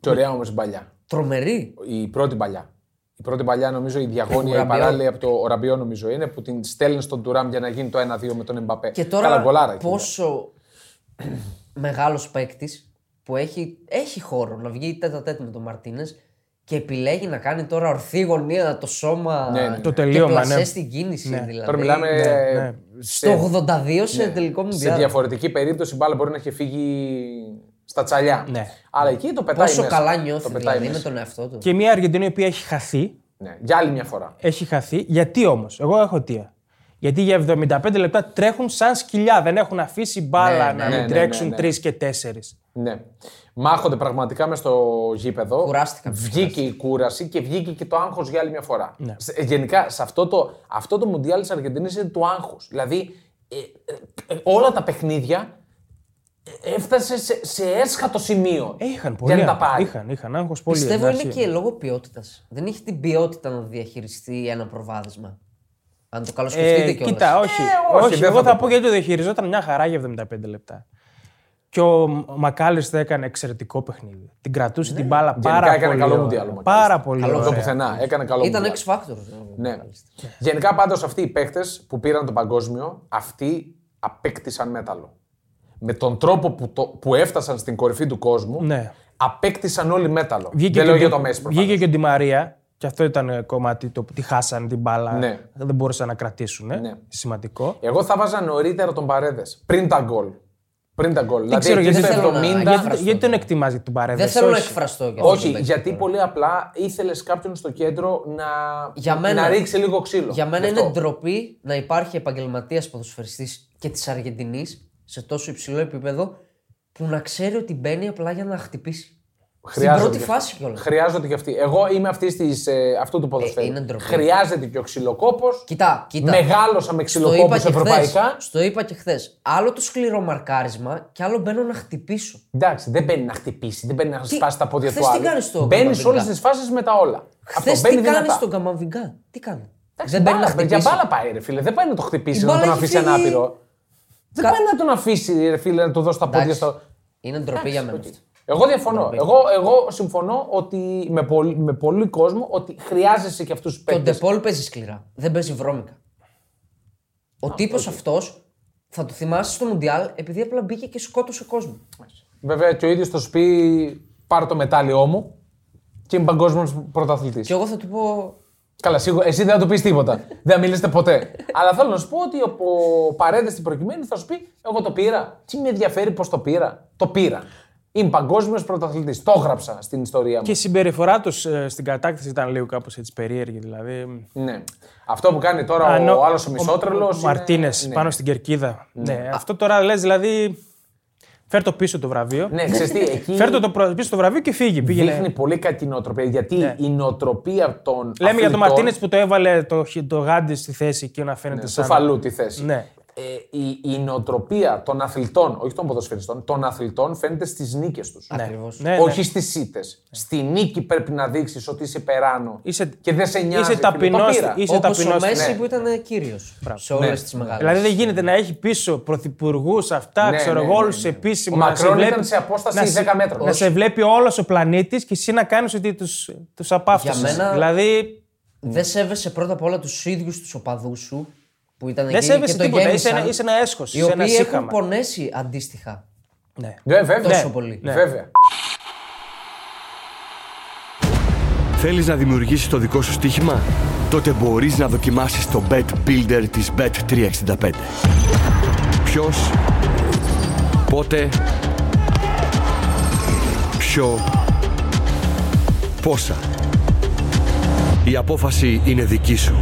[SPEAKER 1] Και ωραία όμως η παλιά.
[SPEAKER 3] Τρομερή.
[SPEAKER 1] Η πρώτη παλιά. Η πρώτη παλιά νομίζω η διαγώνια, η
[SPEAKER 3] Ουραμπιό.
[SPEAKER 1] παράλληλη από το Ραμπιό νομίζω είναι που την στέλνει στον Τουράμ για να γίνει το 1-2 με τον Εμπαπέ.
[SPEAKER 3] Και
[SPEAKER 1] Καλά γκολάρα
[SPEAKER 3] τώρα
[SPEAKER 1] εκεί.
[SPEAKER 3] πόσο μεγάλος παίκτης που έχει, έχει χώρο να βγει τέτα τέτ με τον Μαρτίνες και επιλέγει να κάνει τώρα ορθή γωνία το σώμα.
[SPEAKER 1] Ναι, ναι, ναι. Το
[SPEAKER 3] και
[SPEAKER 2] τελείωμα,
[SPEAKER 3] πλασέ
[SPEAKER 2] ναι.
[SPEAKER 3] στην κίνηση δηλαδή.
[SPEAKER 1] Τώρα μιλάμε
[SPEAKER 2] ναι.
[SPEAKER 1] σε, Ναι.
[SPEAKER 3] Στο 82 σε τελικό
[SPEAKER 1] σε
[SPEAKER 3] μηδιάδο.
[SPEAKER 1] διαφορετική περίπτωση η μπάλα μπορεί να έχει φύγει στα τσαλιά.
[SPEAKER 2] Ναι.
[SPEAKER 1] Αλλά εκεί το πετάει
[SPEAKER 3] Πόσο
[SPEAKER 1] μέσα.
[SPEAKER 3] καλά
[SPEAKER 1] Το
[SPEAKER 3] νιώθει
[SPEAKER 1] πετάει
[SPEAKER 3] δηλαδή με
[SPEAKER 1] μέσα.
[SPEAKER 3] τον εαυτό του.
[SPEAKER 2] Και μια Αργεντινή η οποία έχει χαθεί.
[SPEAKER 1] Ναι. Για άλλη μια φορά.
[SPEAKER 2] Έχει χαθεί. Γιατί όμως, εγώ έχω αιτία. Γιατί για 75 λεπτά τρέχουν σαν σκυλιά. Δεν έχουν αφήσει μπάλα να
[SPEAKER 3] Ναι,
[SPEAKER 1] ναι,
[SPEAKER 2] μην
[SPEAKER 1] ναι, ναι,
[SPEAKER 2] τρέξουν
[SPEAKER 1] ναι.
[SPEAKER 2] τρεις και τέσσερις.
[SPEAKER 1] Ναι. Μάχονται πραγματικά μες στο γήπεδο.
[SPEAKER 3] Κουράστηκαν.
[SPEAKER 1] Βγήκε η κούραση και βγήκε και το άγχος για άλλη μια φορά.
[SPEAKER 2] Ναι.
[SPEAKER 1] Σε- ε, γενικά, σε αυτό το, αυτό το Μουντιάλ της Αργεντινής είναι το άγχο. Δηλαδή, ε, ε, ε, όλα τα παιχνίδια ε, έφτασε σε, σε έσχατο σημείο.
[SPEAKER 2] Ε, είχαν
[SPEAKER 1] Για
[SPEAKER 2] πολύ.
[SPEAKER 1] να τα πάρει.
[SPEAKER 2] Είχαν, είχαν άγχο πολύ.
[SPEAKER 3] Πιστεύω
[SPEAKER 2] εν
[SPEAKER 3] είναι
[SPEAKER 2] αρχή.
[SPEAKER 3] και λόγω ποιότητας. Δεν έχει την ποιότητα να διαχειριστεί ένα προβάδισμα. Αν το καλοσκεφτείτε
[SPEAKER 2] Ε,
[SPEAKER 3] κιόλας.
[SPEAKER 2] κοίτα, όχι.
[SPEAKER 1] όχι,
[SPEAKER 2] όχι,
[SPEAKER 1] δεν
[SPEAKER 2] εγώ
[SPEAKER 1] θα
[SPEAKER 2] θα,
[SPEAKER 1] το πω.
[SPEAKER 2] πω γιατί το διαχειριζόταν μια χαρά για 75 λεπτά. Και ο Μακάλιστα έκανε εξαιρετικό παιχνίδι. Την κρατούσε την μπάλα
[SPEAKER 1] Ναι. Γενικά
[SPEAKER 2] πάρα
[SPEAKER 1] έκανε
[SPEAKER 2] πολύ.
[SPEAKER 1] καλό
[SPEAKER 2] ωραία.
[SPEAKER 1] Μουντιάλ ο Μακάλιστα.
[SPEAKER 2] Πάρα πολύ.
[SPEAKER 1] Από το
[SPEAKER 2] ωραία.
[SPEAKER 1] πουθενά. Έκανε καλό
[SPEAKER 3] Ναι. Ήταν
[SPEAKER 1] Μουντιάλ.
[SPEAKER 3] X factor.
[SPEAKER 1] Ναι. Γενικά πάντως αυτοί οι παίκτες που πήραν τον παγκόσμιο, αυτοί απέκτησαν μέταλλο. Με τον τρόπο που, το, που έφτασαν στην κορυφή του κόσμου,
[SPEAKER 2] Ναι.
[SPEAKER 1] απέκτησαν όλοι μέταλλο.
[SPEAKER 2] Βγήκε
[SPEAKER 1] Δεν
[SPEAKER 2] και
[SPEAKER 1] λέω
[SPEAKER 2] ο-
[SPEAKER 1] για το Μέση προφανώς.
[SPEAKER 2] Βγήκε και ο Ντι Μαρία. Και αυτό ήταν ε, κομμάτι το που τη χάσαν την μπάλα.
[SPEAKER 1] Ναι.
[SPEAKER 2] Δεν μπορούσαν να κρατήσουν. ε.
[SPEAKER 1] Ναι.
[SPEAKER 2] Σημαντικό.
[SPEAKER 1] Εγώ θα βάζα νωρίτερα τον Παρέδες. Πριν τα γκολ. Πριν τα γκολ. Δηλαδή,
[SPEAKER 2] Δεν ξέρω
[SPEAKER 1] εκεί
[SPEAKER 2] γιατί,
[SPEAKER 1] στο
[SPEAKER 3] θέλω να-
[SPEAKER 1] 70.
[SPEAKER 3] γιατί-
[SPEAKER 2] γιατί, γιατί τον εκτιμάζει τον Παρέδες.
[SPEAKER 3] Δεν θέλω να εκφραστώ για αυτό
[SPEAKER 1] Όχι,
[SPEAKER 3] το παίκτη
[SPEAKER 1] γιατί
[SPEAKER 3] τώρα.
[SPEAKER 1] πολύ απλά ήθελες κάποιον στο κέντρο να,
[SPEAKER 3] Για μένα-
[SPEAKER 1] να ρίξει λίγο ξύλο.
[SPEAKER 3] Για μένα
[SPEAKER 1] Γι'
[SPEAKER 3] είναι
[SPEAKER 1] αυτό.
[SPEAKER 3] ντροπή να υπάρχει επαγγελματίας ποδοσφαιριστής και της Αργεντινής σε τόσο υψηλό επίπεδο που να ξέρει ότι μπαίνει απλά για να χτυπήσει.
[SPEAKER 1] Χρειάζονται
[SPEAKER 3] πρώτη
[SPEAKER 1] και αυτοί.
[SPEAKER 3] φάση κιόλας.
[SPEAKER 1] Χρειάζονται και αυτοί. Εγώ είμαι αυτής της, ε, αυτού του ποδοσφαίρου.
[SPEAKER 3] είναι ντροπή.
[SPEAKER 1] Χρειάζεται και ο ξυλοκόπος.
[SPEAKER 3] Κοιτά, κοίτα.
[SPEAKER 1] Μεγάλωσα με
[SPEAKER 3] Το
[SPEAKER 1] ξυλοκόπους
[SPEAKER 3] είπα, και χθες,
[SPEAKER 1] ευρωπαϊκά.
[SPEAKER 3] στο είπα και χθες. Άλλο το σκληρό μαρκάρισμα και άλλο μπαίνω να χτυπήσω.
[SPEAKER 1] Εντάξει, δεν μπαίνει να χτυπήσει, δεν μπαίνει να σπάσει τα πόδια
[SPEAKER 3] χθες
[SPEAKER 1] του
[SPEAKER 3] τι
[SPEAKER 1] άλλου.
[SPEAKER 3] κάνεις στο
[SPEAKER 1] Μπαίνεις σε
[SPEAKER 3] Καπαμπικά?
[SPEAKER 1] όλες τις φάσεις με τα όλα.
[SPEAKER 3] Χθες
[SPEAKER 1] Αυτό μπαίνει
[SPEAKER 3] τι κάνεις
[SPEAKER 1] δυνατά.
[SPEAKER 3] στον Καμαμβιγκά, τι κάνεις.
[SPEAKER 1] Εντάξει,
[SPEAKER 3] δεν μπαίνει να
[SPEAKER 1] μπάλα, Για
[SPEAKER 3] χτυπήσει.
[SPEAKER 1] μπάλα πάει, ρε φίλε. Δεν πάει να το χτυπήσει, να
[SPEAKER 3] μπάλα
[SPEAKER 1] τον
[SPEAKER 3] έχει
[SPEAKER 1] αφήσει
[SPEAKER 3] φύγει.
[SPEAKER 1] ανάπηρο. Δεν
[SPEAKER 3] Κα-
[SPEAKER 1] πάει να τον αφήσει, ρε φίλε, να του δώσει τα πόδια
[SPEAKER 3] Εντάξει, Ναι,
[SPEAKER 1] στο.
[SPEAKER 3] Είναι ντροπή για μένα.
[SPEAKER 1] οκ.
[SPEAKER 3] αυτό.
[SPEAKER 1] Εγώ διαφωνώ.
[SPEAKER 3] ναι.
[SPEAKER 1] Εγώ, εγώ συμφωνώ ότι με, πολύ, με πολύ κόσμο ότι χρειάζεσαι και αυτούς τους
[SPEAKER 3] Και ο
[SPEAKER 1] παίκτες.
[SPEAKER 3] Ντεπόλ παίζει σκληρά. Δεν παίζει βρώμικα. Ο τύπο αυτός θα το θυμάσαι στο Μουντιάλ επειδή απλά μπήκε και σκότωσε κόσμο.
[SPEAKER 1] Βέβαια και ο ίδιος το σου πει: Πάρε το μετάλλιό μου και είμαι παγκόσμιος πρωταθλητής.
[SPEAKER 3] Και εγώ θα του πω.
[SPEAKER 1] Καλά, σίγουρα. Εσύ δεν θα του πεις τίποτα. δεν θα μιλήσετε ποτέ. Αλλά θέλω να σου πω ότι ο, ο παρέντε στην προκειμένη θα σου πει: Εγώ το πήρα. Τι με ενδιαφέρει πώς το πήρα. Το πήρα. Είμαι παγκόσμιος πρωταθλητής. Το έγραψα στην ιστορία μου.
[SPEAKER 2] Και η συμπεριφορά τους στην κατάκτηση ήταν λίγο κάπως έτσι περίεργη. Δηλαδή.
[SPEAKER 1] Ναι. Αυτό που κάνει τώρα
[SPEAKER 2] Αν
[SPEAKER 1] ο άλλος ο μισότρελο.
[SPEAKER 2] Ο Μαρτίνε πάνω στην κερκίδα. Ναι. Αυτό τώρα λες, δηλαδή. Φέρ το πίσω το βραβείο.
[SPEAKER 1] Ναι, ξέρεις τι, εκεί
[SPEAKER 2] Φέρ το, το προ- πίσω το βραβείο και φύγει. Πήγαινε.
[SPEAKER 1] δείχνει πολύ κακή νοοτροπία. Γιατί η νοοτροπία των.
[SPEAKER 2] Ναι. Λέμε για τον
[SPEAKER 1] αθλητών-
[SPEAKER 2] Μαρτίνες που το έβαλε το, χι- το γάντι στη θέση εκεί να φαίνεται
[SPEAKER 1] Στο
[SPEAKER 2] σαν.
[SPEAKER 1] φαλού τη θέση.
[SPEAKER 2] Ναι.
[SPEAKER 1] Ε, η, η νοοτροπία των αθλητών, όχι των ποδοσφαιριστών, των αθλητών φαίνεται στις νίκες τους.
[SPEAKER 3] Ακριβώς.
[SPEAKER 2] Ναι, ναι.
[SPEAKER 1] όχι στις ήττε. Στη νίκη πρέπει να δείξεις ότι είσαι περάνω.
[SPEAKER 2] Είσαι-
[SPEAKER 1] και δεν σε νοιάζει. φίλε. Το
[SPEAKER 2] ταπεινός,
[SPEAKER 1] πήρα.
[SPEAKER 2] είσαι-
[SPEAKER 3] Όπως ο
[SPEAKER 2] ταπεινός,
[SPEAKER 3] Μέσης
[SPEAKER 1] ναι.
[SPEAKER 3] που ήταν κύριος σε όλες τις μεγάλες.
[SPEAKER 2] Δηλαδή δεν γίνεται να έχει πίσω πρωθυπουργούς αυτά,
[SPEAKER 1] Ναι,
[SPEAKER 2] ξέρω
[SPEAKER 1] ναι,
[SPEAKER 2] εγώ,
[SPEAKER 1] ναι,
[SPEAKER 2] όλους
[SPEAKER 1] ναι.
[SPEAKER 2] επίσημα.
[SPEAKER 1] Ο
[SPEAKER 2] να
[SPEAKER 1] Μακρόν
[SPEAKER 2] βλέπει-
[SPEAKER 1] ήταν σε απόσταση
[SPEAKER 2] να σε-
[SPEAKER 1] 10 μέτρων.
[SPEAKER 2] Να σε βλέπει όλος ο πλανήτης και εσύ να κάνεις ότι τους τους απάφτωσες.
[SPEAKER 3] Για μένα-
[SPEAKER 2] Δηλαδή
[SPEAKER 3] Δεν σέβεσαι πρώτα απ' όλα τους ίδιους τους οπαδούς σου που ήταν
[SPEAKER 2] δεν
[SPEAKER 3] εκεί και
[SPEAKER 2] σέβεσαι
[SPEAKER 3] το
[SPEAKER 2] τίποτα. Είσαι
[SPEAKER 3] γέμισαν.
[SPEAKER 2] ένα, είσαι ένα έσχος.
[SPEAKER 3] οι
[SPEAKER 2] Είσαι ένα
[SPEAKER 3] οποίοι έχουν
[SPEAKER 2] σύγχαμα.
[SPEAKER 3] πονέσει αντίστοιχα.
[SPEAKER 2] Ναι.
[SPEAKER 1] Ναι, βέβαια.
[SPEAKER 3] Τόσο πολύ.
[SPEAKER 2] Ναι.
[SPEAKER 1] Βέβαια.
[SPEAKER 4] Θέλεις να δημιουργήσεις το δικό σου στοίχημα? Τότε μπορείς να δοκιμάσεις το Bet Builder της Bet365. Ποιος, πότε, ποιο, πόσα. Η απόφαση είναι δική σου.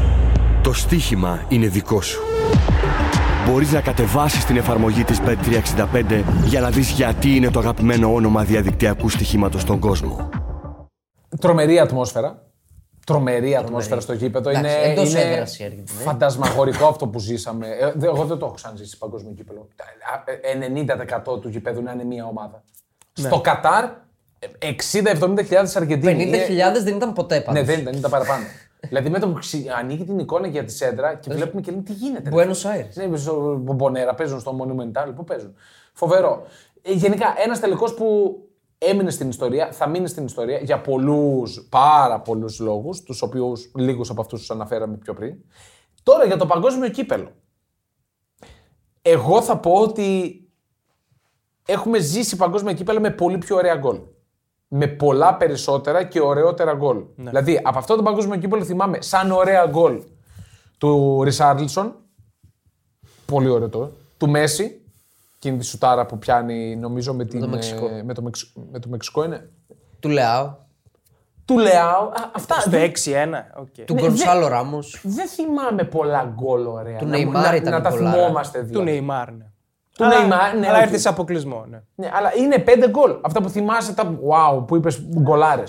[SPEAKER 4] Το στοίχημα είναι δικό σου. Μπορείς να κατεβάσεις την εφαρμογή της Bet365 για να δεις γιατί είναι το αγαπημένο όνομα διαδικτυακού στοιχήματος στον κόσμο.
[SPEAKER 1] Τρομερή ατμόσφαιρα. Τρομερή ατμόσφαιρα στο γήπεδο.
[SPEAKER 3] Εντάξει,
[SPEAKER 1] είναι
[SPEAKER 3] εντός
[SPEAKER 1] είναι
[SPEAKER 3] έδρας η Αργεντινή.
[SPEAKER 1] φαντασμαγορικό αυτό που ζήσαμε. Ε, δε- Εγώ δεν το έχω ξαναζήσει σε παγκόσμιο γήπεδο. Τα- ε, 90% του γήπεδου να είναι μία ομάδα.
[SPEAKER 2] Ναι.
[SPEAKER 1] Στο Κατάρ, ε, 60-70.000 Αργεντίνοι.
[SPEAKER 3] 50.000 δεν ήταν ποτέ
[SPEAKER 1] Ναι,
[SPEAKER 3] πάντως.
[SPEAKER 1] δεν ήταν, ήταν παραπάνω. δηλαδή με το που ξυ- ανοίγει την εικόνα για τη σέντρα
[SPEAKER 3] Ε,
[SPEAKER 1] και βλέπουμε και λέμε τι γίνεται. ρε».
[SPEAKER 3] Buenos Aires.
[SPEAKER 1] Ναι, στο Μπομπονέρα, παίζουν στο Monumental, πού παίζουν. Φοβερό. Ε, γενικά, ένας τελικός που έμεινε στην ιστορία, θα μείνει στην ιστορία για πολλούς, πάρα πολλούς λόγους, τους οποίους λίγους από αυτούς τους αναφέραμε πιο πριν. Τώρα για το παγκόσμιο κύπελο. Εγώ θα πω ότι έχουμε ζήσει παγκόσμια κύπελα με πολύ πιο ωραία γκολ. Με πολλά περισσότερα και ωραιότερα γκολ.
[SPEAKER 2] Ναι.
[SPEAKER 1] Δηλαδή, από αυτό το παγκόσμιο κύπελο θυμάμαι σαν ωραία γκολ του Ρισάρλσον. Πολύ ωραίο το. Του Μέση. Εκείνη τη σουτάρα που πιάνει, νομίζω, με, την,
[SPEAKER 3] το Μεξικό.
[SPEAKER 1] ε, με, το, Μεξ, με το Μεξικό είναι.
[SPEAKER 3] Του Λεάου,
[SPEAKER 1] Του Λεάου. Α, αυτά.
[SPEAKER 2] Το 6-1. οκ.
[SPEAKER 3] του Γκονσάλο Ράμο.
[SPEAKER 1] Δεν θυμάμαι πολλά γκολ ωραία. Του να,
[SPEAKER 3] Neymar
[SPEAKER 1] να,
[SPEAKER 3] ήταν
[SPEAKER 1] να τα
[SPEAKER 3] πολλά, ρε.
[SPEAKER 1] θυμόμαστε δύο.
[SPEAKER 2] Του Νεϊμάρ, ναι.
[SPEAKER 1] Του
[SPEAKER 2] Αλλά-
[SPEAKER 1] Neymar, ναι,
[SPEAKER 2] Αλλά
[SPEAKER 1] οκ.
[SPEAKER 2] έρθει σε αποκλεισμό, ναι.
[SPEAKER 1] Ναι, αλλά είναι πέντε γκολ. Αυτά που θυμάσαι τα wow, που είπες γκολάρες.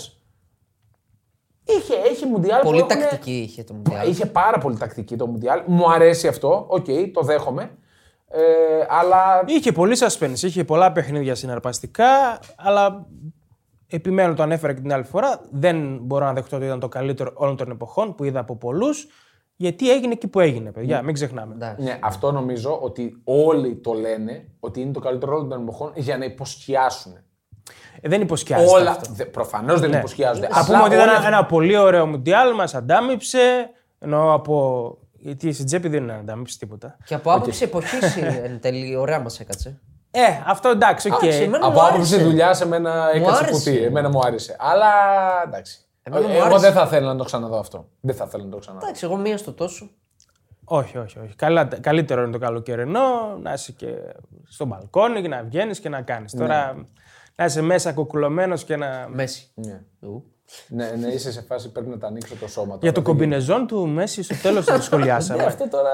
[SPEAKER 1] Είχε, έχει μουντιάλ
[SPEAKER 3] Πολύ
[SPEAKER 2] Ναι.
[SPEAKER 1] που έχουνε-
[SPEAKER 3] τακτική είχε το Μουντιάλ.
[SPEAKER 1] Είχε πάρα πολύ τακτική το μουντιάλ. Μου αρέσει αυτό. Οκ, το δέχομαι. Ε, αλλά
[SPEAKER 2] Είχε πολύ suspense, είχε πολλά παιχνίδια συναρπαστικά, αλλά επιμένω το ανέφερα και την άλλη φορά. Δεν μπορώ να δεχτώ ότι ήταν το καλύτερο όλων των εποχών που είδα από πολλούς, γιατί έγινε εκεί που έγινε, παιδιά. Μην ξεχνάμε.
[SPEAKER 3] Εντάξει.
[SPEAKER 1] ναι, αυτό νομίζω ότι όλοι το λένε ότι είναι το καλύτερο ρόλο των εποχών για να υποσκιάσουν.
[SPEAKER 2] Ε, δεν υποσκιάζεται.
[SPEAKER 1] Όλα.
[SPEAKER 2] αυτό.
[SPEAKER 1] Προφανώς δεν υποσκιάζονται.
[SPEAKER 2] Θα πούμε
[SPEAKER 1] Απλά
[SPEAKER 2] ότι ήταν
[SPEAKER 1] όλοι
[SPEAKER 2] ένα, ένα πολύ ωραίο μουντιάλ, μας αντάμυψε. Εννοώ από. Γιατί στην τσέπη δεν είναι να αντάμυψε τίποτα.
[SPEAKER 3] Και από άποψη εποχή εν τέλει, ωραία μας έκατσε.
[SPEAKER 2] Ε, αυτό εντάξει, οκ.
[SPEAKER 3] Εντάξει, εμένα
[SPEAKER 1] Από
[SPEAKER 3] μου
[SPEAKER 1] άποψη
[SPEAKER 3] άρεσε.
[SPEAKER 1] δουλειά, σε μένα έκατσε
[SPEAKER 3] άρεσε.
[SPEAKER 1] κουτί. Εμένα μου άρεσε. Αλλά εντάξει. Ε,
[SPEAKER 3] Εμένα μου
[SPEAKER 1] Εγώ
[SPEAKER 3] άρεσε.
[SPEAKER 1] δεν θα ήθελα να το ξαναδώ αυτό. Δεν θα ήθελα να το ξαναδώ.
[SPEAKER 3] Εντάξει, εγώ μία στο τόσο.
[SPEAKER 2] Όχι, όχι, όχι. Καλά, καλύτερο είναι το καλοκαιρινό να είσαι και στο μπαλκόνι και να βγαίνεις και να κάνεις.
[SPEAKER 1] Ναι.
[SPEAKER 2] Τώρα να είσαι μέσα κουκουλωμένο και να.
[SPEAKER 3] Μέση.
[SPEAKER 1] Ναι. ναι, ναι, είσαι σε φάση πρέπει να τα ανοίξω το σώμα.
[SPEAKER 2] Για
[SPEAKER 1] τώρα.
[SPEAKER 2] το
[SPEAKER 1] Δεν
[SPEAKER 2] κομπινεζόν του Μέση στο τέλος το
[SPEAKER 1] γίνεται.
[SPEAKER 2] σχολιάσαμε.
[SPEAKER 1] Ναι, Αυτό τώρα.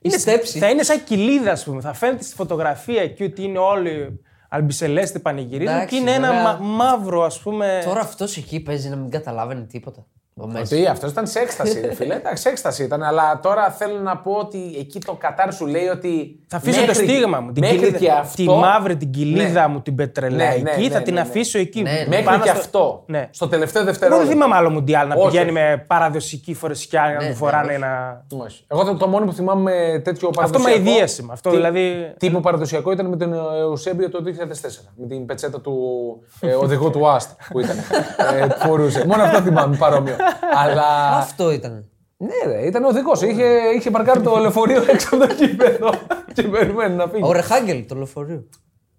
[SPEAKER 3] Η στέψη.
[SPEAKER 2] θα είναι σαν κοιλίδα, ας πούμε. Θα φαίνεται στη φωτογραφία εκεί ότι είναι όλοι αλμπισελέστε πανηγυρίζουν και
[SPEAKER 3] Εντάξει,
[SPEAKER 2] είναι ένα
[SPEAKER 3] βέβαια.
[SPEAKER 2] μα- μαύρο, ας πούμε.
[SPEAKER 3] Τώρα αυτός εκεί παίζει να μην καταλάβαινε τίποτα. Ο Μέση.
[SPEAKER 1] Ότι αυτός ήταν σε έκσταση, ρε φίλε. Εντάξει, σε έκσταση ήταν. Αλλά τώρα θέλω να πω ότι εκεί το Κατάρ σου λέει ότι.
[SPEAKER 2] Θα αφήσω
[SPEAKER 1] μέχρι-
[SPEAKER 2] το στίγμα μου. Την
[SPEAKER 1] μέχρι
[SPEAKER 2] κοιλίδα-
[SPEAKER 1] και αυτό.
[SPEAKER 2] Τη μαύρη την κοιλίδα
[SPEAKER 1] Ναι.
[SPEAKER 2] μου, την πετρελαϊκή,
[SPEAKER 1] Ναι, ναι,
[SPEAKER 2] θα
[SPEAKER 1] ναι,
[SPEAKER 2] την
[SPEAKER 1] ναι, ναι.
[SPEAKER 2] αφήσω εκεί.
[SPEAKER 3] Ναι, ναι.
[SPEAKER 1] Μέχρι
[SPEAKER 2] Πάνω
[SPEAKER 1] και
[SPEAKER 2] στο-
[SPEAKER 1] αυτό.
[SPEAKER 2] Ναι.
[SPEAKER 1] Στο τελευταίο
[SPEAKER 2] Εγώ δεν
[SPEAKER 1] δευτερόλεπτο.
[SPEAKER 2] θυμάμαι άλλο Μουντιάλ να
[SPEAKER 1] Όχι,
[SPEAKER 2] πηγαίνει
[SPEAKER 1] όχι.
[SPEAKER 2] με παραδοσική φορεσιά να του
[SPEAKER 3] ναι,
[SPEAKER 2] φοράνε
[SPEAKER 3] όχι.
[SPEAKER 2] ένα.
[SPEAKER 1] Όχι. Εγώ το, το μόνο που θυμάμαι τέτοιο
[SPEAKER 2] Αυτό
[SPEAKER 1] παραδοσιακό.
[SPEAKER 2] με ιδίασε με. Αυτό
[SPEAKER 1] Τι-
[SPEAKER 2] δηλαδή.
[SPEAKER 1] Τύπο παραδοσιακό ήταν με τον Εουσέμπιο το 2004. Με την πετσέτα του ε, οδηγού του Αστ που ήταν. ε, που φορούσε. Μόνο αυτό θυμάμαι παρόμοιο. Αλλά.
[SPEAKER 3] Αυτό ήταν.
[SPEAKER 1] Ναι, ρε, ήταν οδηγό. Είχε, είχε παρκάρει το λεωφορείο έξω από το κήπεδο και περιμένει να φύγει.
[SPEAKER 3] Ο Ρεχάγκελ το λεωφορείο.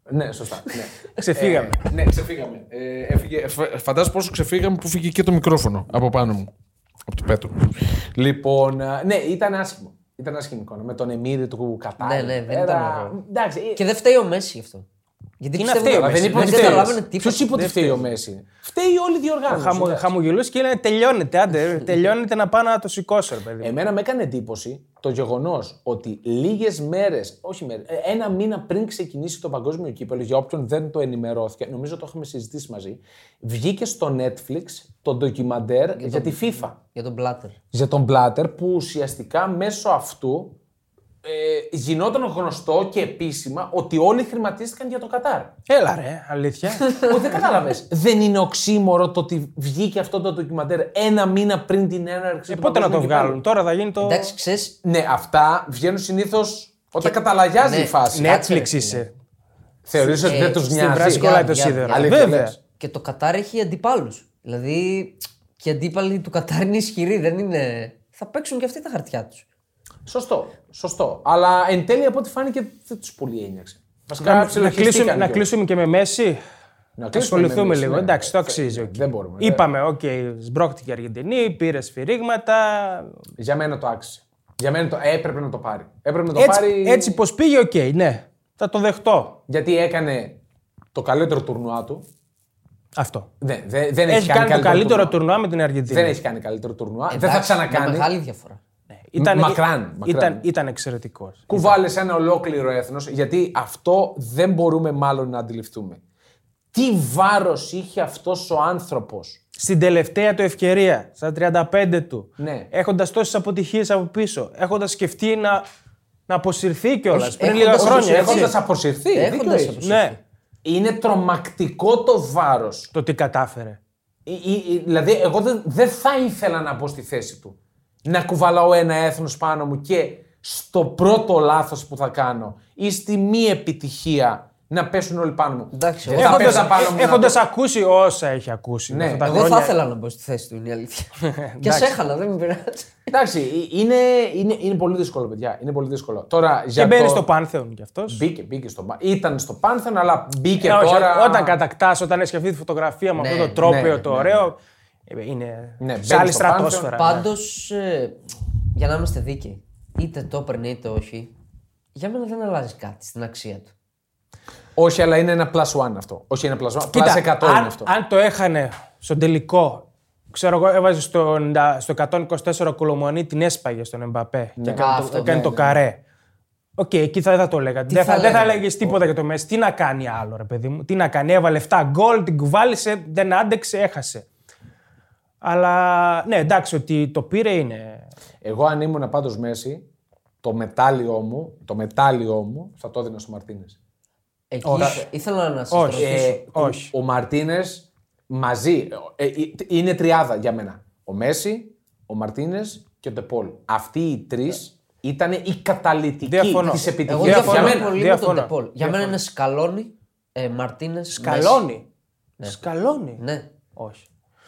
[SPEAKER 1] Ναι, σωστά. Ναι,
[SPEAKER 2] Ξεφύγαμε.
[SPEAKER 1] Ε, ναι ξεφύγαμε. Ε, έφυγε- φ- φαντάζομαι πόσο ξεφύγαμε που φύγει και το μικρόφωνο από πάνω μου. Από του Πέτρου. Λοιπόν, α, ναι, ήταν άσχημο. Ήταν άσχημη εικόνα με τον Εμμύρη του Κατάρ.
[SPEAKER 3] Ναι, ναι, δεν
[SPEAKER 1] Ένα-
[SPEAKER 3] ήταν ωραίο.
[SPEAKER 1] Εντάξει, ε,
[SPEAKER 3] Και δεν φταίει ο Μέση γι' αυτό. Γιατί
[SPEAKER 2] Είναι
[SPEAKER 3] πιστεύουν-
[SPEAKER 2] αυτοί, αλλά
[SPEAKER 1] δεν
[SPEAKER 2] δεν
[SPEAKER 1] είπε ότι
[SPEAKER 3] δεν
[SPEAKER 1] φταίει.
[SPEAKER 3] καταλάβανε τίποτα.
[SPEAKER 1] Ποιο είπε ότι φταίει ο Μέση. Φταίει όλη η διοργάνωση. Ναι.
[SPEAKER 2] Χαμο,
[SPEAKER 1] εντάξει.
[SPEAKER 2] χαμογελούσε και λένε τελειώνεται, άντε, τελειώνεται να πάω να το σηκώσω, ρε παιδί. μου».
[SPEAKER 1] Εμένα με έκανε εντύπωση το γεγονός ότι λίγες μέρες, όχι μέρες, ένα μήνα πριν ξεκινήσει το παγκόσμιο κύπελο, για όποιον δεν το ενημερώθηκε, νομίζω το είχαμε συζητήσει μαζί, βγήκε στο Netflix το ντοκιμαντέρ για, τη FIFA.
[SPEAKER 3] Για τον Πλάτερ.
[SPEAKER 1] Για τον Μπλάτερ που ουσιαστικά μέσω αυτού ε, γινόταν γνωστό και επίσημα ότι όλοι χρηματίστηκαν για το Κατάρ.
[SPEAKER 2] Έλα ρε, αλήθεια.
[SPEAKER 1] Που δεν κατάλαβες. δεν είναι οξύμορο το ότι βγήκε αυτό το ντοκιμαντέρ ένα μήνα πριν την έναρξη
[SPEAKER 2] ε,
[SPEAKER 1] του
[SPEAKER 2] πότε να το
[SPEAKER 1] παγκόσμιου κυπέλου.
[SPEAKER 2] βγάλουν, τώρα θα γίνει το.
[SPEAKER 3] Εντάξει, ξέρεις.
[SPEAKER 1] Ναι, αυτά βγαίνουν συνήθως όταν καταλαγιάζει
[SPEAKER 3] ναι,
[SPEAKER 1] η φάση.
[SPEAKER 3] ναι. Κάτσε, ρε,
[SPEAKER 2] Netflix
[SPEAKER 3] φίλε.
[SPEAKER 2] είσαι.
[SPEAKER 1] Θεωρείς ότι
[SPEAKER 3] Ε,
[SPEAKER 1] δεν τους
[SPEAKER 3] στην
[SPEAKER 1] νοιάζει.
[SPEAKER 2] Βράση
[SPEAKER 3] Βραζιλία,
[SPEAKER 2] κολλάει το
[SPEAKER 3] για-
[SPEAKER 2] σίδερο.
[SPEAKER 1] αλήθεια,
[SPEAKER 2] Βέβαια.
[SPEAKER 1] λες.
[SPEAKER 3] Και το Κατάρ έχει αντιπάλους. Δηλαδή και οι αντίπαλοι του Κατάρ είναι ισχυροί, δεν είναι. Θα παίξουν και αυτοί τα χαρτιά
[SPEAKER 1] Ε,
[SPEAKER 3] τους.
[SPEAKER 1] Σωστό, σωστό. Αλλά εν τέλει από ό,τι φάνηκε δεν τους πολύ ένιωξε. Βασικά
[SPEAKER 2] Να, να,
[SPEAKER 1] ψιλοχυστήκαν
[SPEAKER 2] κλείσουμε, να
[SPEAKER 1] κιόλας.
[SPEAKER 2] κλείσουμε και με Μέση.
[SPEAKER 1] Να
[SPEAKER 2] Να
[SPEAKER 1] κλείσουμε
[SPEAKER 2] ασχοληθούμε
[SPEAKER 1] εμείς,
[SPEAKER 2] λίγο.
[SPEAKER 1] ναι.
[SPEAKER 2] Εντάξει, το αξίζει. οκ.
[SPEAKER 1] Δεν μπορούμε. ναι. δεν.
[SPEAKER 2] Είπαμε, οκ, σμπρώχτηκε η Αργεντινή, πήρε σφυρίγματα.
[SPEAKER 1] Για μένα το άξιζε. Για μένα το έπρεπε να το πάρει. Έπρεπε να το
[SPEAKER 2] Έτσι,
[SPEAKER 1] πάρει
[SPEAKER 2] έτσι πώ πήγε, οκ, ναι. Θα το δεχτώ
[SPEAKER 1] γιατί έκανε το καλύτερο τουρνουά του.
[SPEAKER 2] αυτό.
[SPEAKER 1] Ναι, δεν, δεν
[SPEAKER 2] Έχει κάνει το καλύτερο
[SPEAKER 1] τουρνουά.
[SPEAKER 2] τουρνουά με την Αργεντινή.
[SPEAKER 1] Δεν έχει κάνει καλύτερο τουρνουά. δεν θα
[SPEAKER 3] Εντάξει,
[SPEAKER 1] ξανακάνει.
[SPEAKER 3] με Μεγάλη διαφορά.
[SPEAKER 2] Ήταν,
[SPEAKER 1] Μακράν, μακράν.
[SPEAKER 2] Ήταν, ήταν εξαιρετικός.
[SPEAKER 1] Κουβάλες ένα ολόκληρο έθνος, γιατί αυτό δεν μπορούμε μάλλον να αντιληφθούμε. Τι βάρος είχε αυτός ο άνθρωπος.
[SPEAKER 2] Στην τελευταία του ευκαιρία, στα 35 του,
[SPEAKER 1] Ναι.
[SPEAKER 2] έχοντας τόσες αποτυχίες από πίσω, έχοντας σκεφτεί να, να αποσυρθεί κιόλας
[SPEAKER 3] Όχι,
[SPEAKER 2] πριν
[SPEAKER 3] έχοντας
[SPEAKER 2] λίγα χρόνια. έτσι.
[SPEAKER 1] Έχοντα αποσυρθεί.
[SPEAKER 3] Έχοντας
[SPEAKER 1] δίκιο έχεις.
[SPEAKER 3] αποσυρθεί.
[SPEAKER 2] Ναι,
[SPEAKER 1] Είναι τρομακτικό το βάρος.
[SPEAKER 2] το τι κατάφερε.
[SPEAKER 1] Δηλαδή, εγώ δεν, δεν θα ήθελα να μπω στη θέση του. Να κουβαλάω ένα έθνος πάνω μου και στο πρώτο λάθος που θα κάνω ή στη μη επιτυχία να πέσουν όλοι πάνω μου.
[SPEAKER 3] Εντάξει,
[SPEAKER 1] Δεν
[SPEAKER 3] εγώ
[SPEAKER 1] θα
[SPEAKER 3] θα
[SPEAKER 1] πέσαν πάνω
[SPEAKER 2] Έχοντα
[SPEAKER 1] μου. να
[SPEAKER 2] έχοντας
[SPEAKER 1] το-
[SPEAKER 2] ακούσει όσα έχει ακούσει.
[SPEAKER 1] Ναι,
[SPEAKER 2] αυτά τα
[SPEAKER 3] Εγώ
[SPEAKER 2] χρόνια.
[SPEAKER 3] θα ήθελα να μπω στη θέση του, είναι η
[SPEAKER 1] Ε,
[SPEAKER 3] αλήθεια. και σε έχανα, δεν με πειράζει.
[SPEAKER 1] Εντάξει, ε, είναι, είναι, είναι πολύ δύσκολο, παιδιά. Είναι πολύ δύσκολο. Τώρα, για
[SPEAKER 2] Και μπαίνει
[SPEAKER 1] το...
[SPEAKER 2] στο Πάνθεον κι αυτός.
[SPEAKER 1] Μπήκε, μπήκε στο Πα- Ήταν στο Πάνθεν, αλλά μπήκε
[SPEAKER 2] Ε, όχι,
[SPEAKER 1] τώρα.
[SPEAKER 2] Όταν κατακτάς, όταν έχεις αυτή τη φωτογραφία με
[SPEAKER 3] Ναι,
[SPEAKER 2] αυτό το τρόπαιο
[SPEAKER 1] ναι,
[SPEAKER 2] το
[SPEAKER 1] ναι.
[SPEAKER 2] ωραίο. ε, Είναι
[SPEAKER 1] Ναι, μπαίνει
[SPEAKER 2] σε άλλη
[SPEAKER 1] στο Pantheon.
[SPEAKER 2] στρατόσφαιρα.
[SPEAKER 3] Πάντως, ε, για να είμαστε δίκαιοι, είτε το έπαιρνε είτε όχι, για μένα δεν αλλάζει κάτι στην αξία του.
[SPEAKER 1] Όχι, αλλά είναι ένα plus one αυτό. Όχι, ένα plus one.
[SPEAKER 2] Κοίτα,
[SPEAKER 1] plus 100
[SPEAKER 2] αν,
[SPEAKER 1] είναι αυτό.
[SPEAKER 2] αν το έχανε στον τελικό, ξέρω εγώ, έβαζε στο, 90 στο 124 κολομονή, την έσπαγε στον Εμπαπέ και έκανε,
[SPEAKER 3] Α,
[SPEAKER 2] το,
[SPEAKER 3] αυτό,
[SPEAKER 2] έκανε
[SPEAKER 3] ναι,
[SPEAKER 2] το
[SPEAKER 3] ναι.
[SPEAKER 2] καρέ. Οκ, εκεί θα, θα το λέγατε. Δεν
[SPEAKER 3] θα
[SPEAKER 2] θα, δεν θα
[SPEAKER 3] λέγαμε.
[SPEAKER 2] έλεγε τίποτα για το Μέση. Τι να κάνει άλλο, ρε παιδί μου. Τι να κάνει. Έβαλε 7 γκολ, την κουβάλισε, δεν άντεξε, έχασε. Αλλά ναι, εντάξει, ότι το πήρε είναι.
[SPEAKER 3] Ναι.
[SPEAKER 1] Εγώ, αν ήμουν πάντως μέση, το μετάλλιό μου, το μετάλλιό μου θα το έδινα στο Μαρτίνες.
[SPEAKER 3] Εκεί
[SPEAKER 2] Όχι.
[SPEAKER 3] ήθελα να σας
[SPEAKER 2] Όχι.
[SPEAKER 3] ρωτήσω.
[SPEAKER 2] όχι.
[SPEAKER 1] Ε, Ο Μαρτίνες μαζί ε, ε, είναι τριάδα για μένα. Ο Μέση, ο Μαρτίνες και ο Ντεπόλ. Αυτοί οι τρεις ήταν οι καταλητικοί
[SPEAKER 2] Ε. Διαφωνώ.
[SPEAKER 1] της
[SPEAKER 3] Εγώ
[SPEAKER 1] επιτυχία
[SPEAKER 2] Ε, Διαφωνώ.
[SPEAKER 1] για
[SPEAKER 3] διαφωνώ
[SPEAKER 1] μένα.
[SPEAKER 3] πολύ με
[SPEAKER 2] Διαφωνώ.
[SPEAKER 3] τον Ντεπόλ. Για μένα είναι Σκαλόνι, ε, Μαρτίνες.
[SPEAKER 2] Σκαλώνει. Σκαλώνει.
[SPEAKER 3] Ναι,
[SPEAKER 2] Όχι.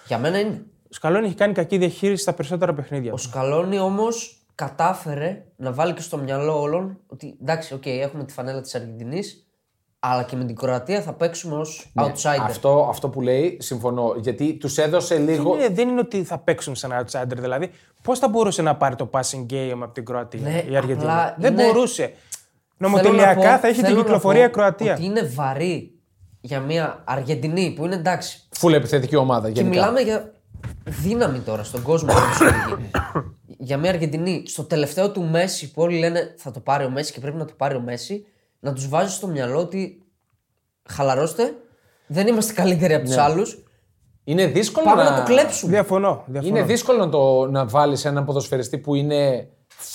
[SPEAKER 3] για μένα είναι.
[SPEAKER 2] Σκαλώνει έχει κάνει κακή διαχείριση στα περισσότερα παιχνίδια.
[SPEAKER 3] Ο Σκαλόνι όμως κατάφερε να βάλει και στο μυαλό όλων ότι εντάξει, οκ, έχουμε τη φανέλα της Αργεντινής, αλλά και με την Κροατία θα παίξουμε ως
[SPEAKER 2] Ναι,
[SPEAKER 3] outsider.
[SPEAKER 1] Αυτό, αυτό που λέει, συμφωνώ. Γιατί τους έδωσε λίγο.
[SPEAKER 2] Είναι- Ε, δεν είναι ότι θα παίξουν σαν outsider. Δηλαδή, πώς θα μπορούσε να πάρει το passing game από την Κροατία
[SPEAKER 3] Ναι,
[SPEAKER 2] η Αργεντινή.
[SPEAKER 3] απλά
[SPEAKER 2] δεν
[SPEAKER 3] είναι-
[SPEAKER 2] μπορούσε.
[SPEAKER 3] Θέλω να
[SPEAKER 2] Νομοτελειακά
[SPEAKER 3] πω-
[SPEAKER 2] θα έχει την
[SPEAKER 3] θέλω να
[SPEAKER 2] κυκλοφορία
[SPEAKER 3] πω
[SPEAKER 2] Κροατία.
[SPEAKER 3] Ότι είναι βαρύ για μια Αργεντινή που είναι εντάξει.
[SPEAKER 1] Φουλ επιθετική ομάδα
[SPEAKER 3] Και
[SPEAKER 1] γενικά.
[SPEAKER 3] μιλάμε για δύναμη τώρα στον κόσμο που τους οδηγεί. για μια Αργεντινή. Στο τελευταίο του Μέση που όλοι λένε θα το πάρει ο Μέση και πρέπει να το πάρει ο Μέση, να τους βάζει στο μυαλό ότι χαλαρώστε, δεν είμαστε καλύτεροι από τους
[SPEAKER 2] Ναι.
[SPEAKER 3] άλλους.
[SPEAKER 1] Είναι δύσκολο
[SPEAKER 3] Πάμε
[SPEAKER 1] να...
[SPEAKER 3] να το κλέψουμε. ναι.
[SPEAKER 2] Διαφωνώ. διαφωνώ.
[SPEAKER 1] Είναι δύσκολο να, το, να βάλεις έναν ποδοσφαιριστή που είναι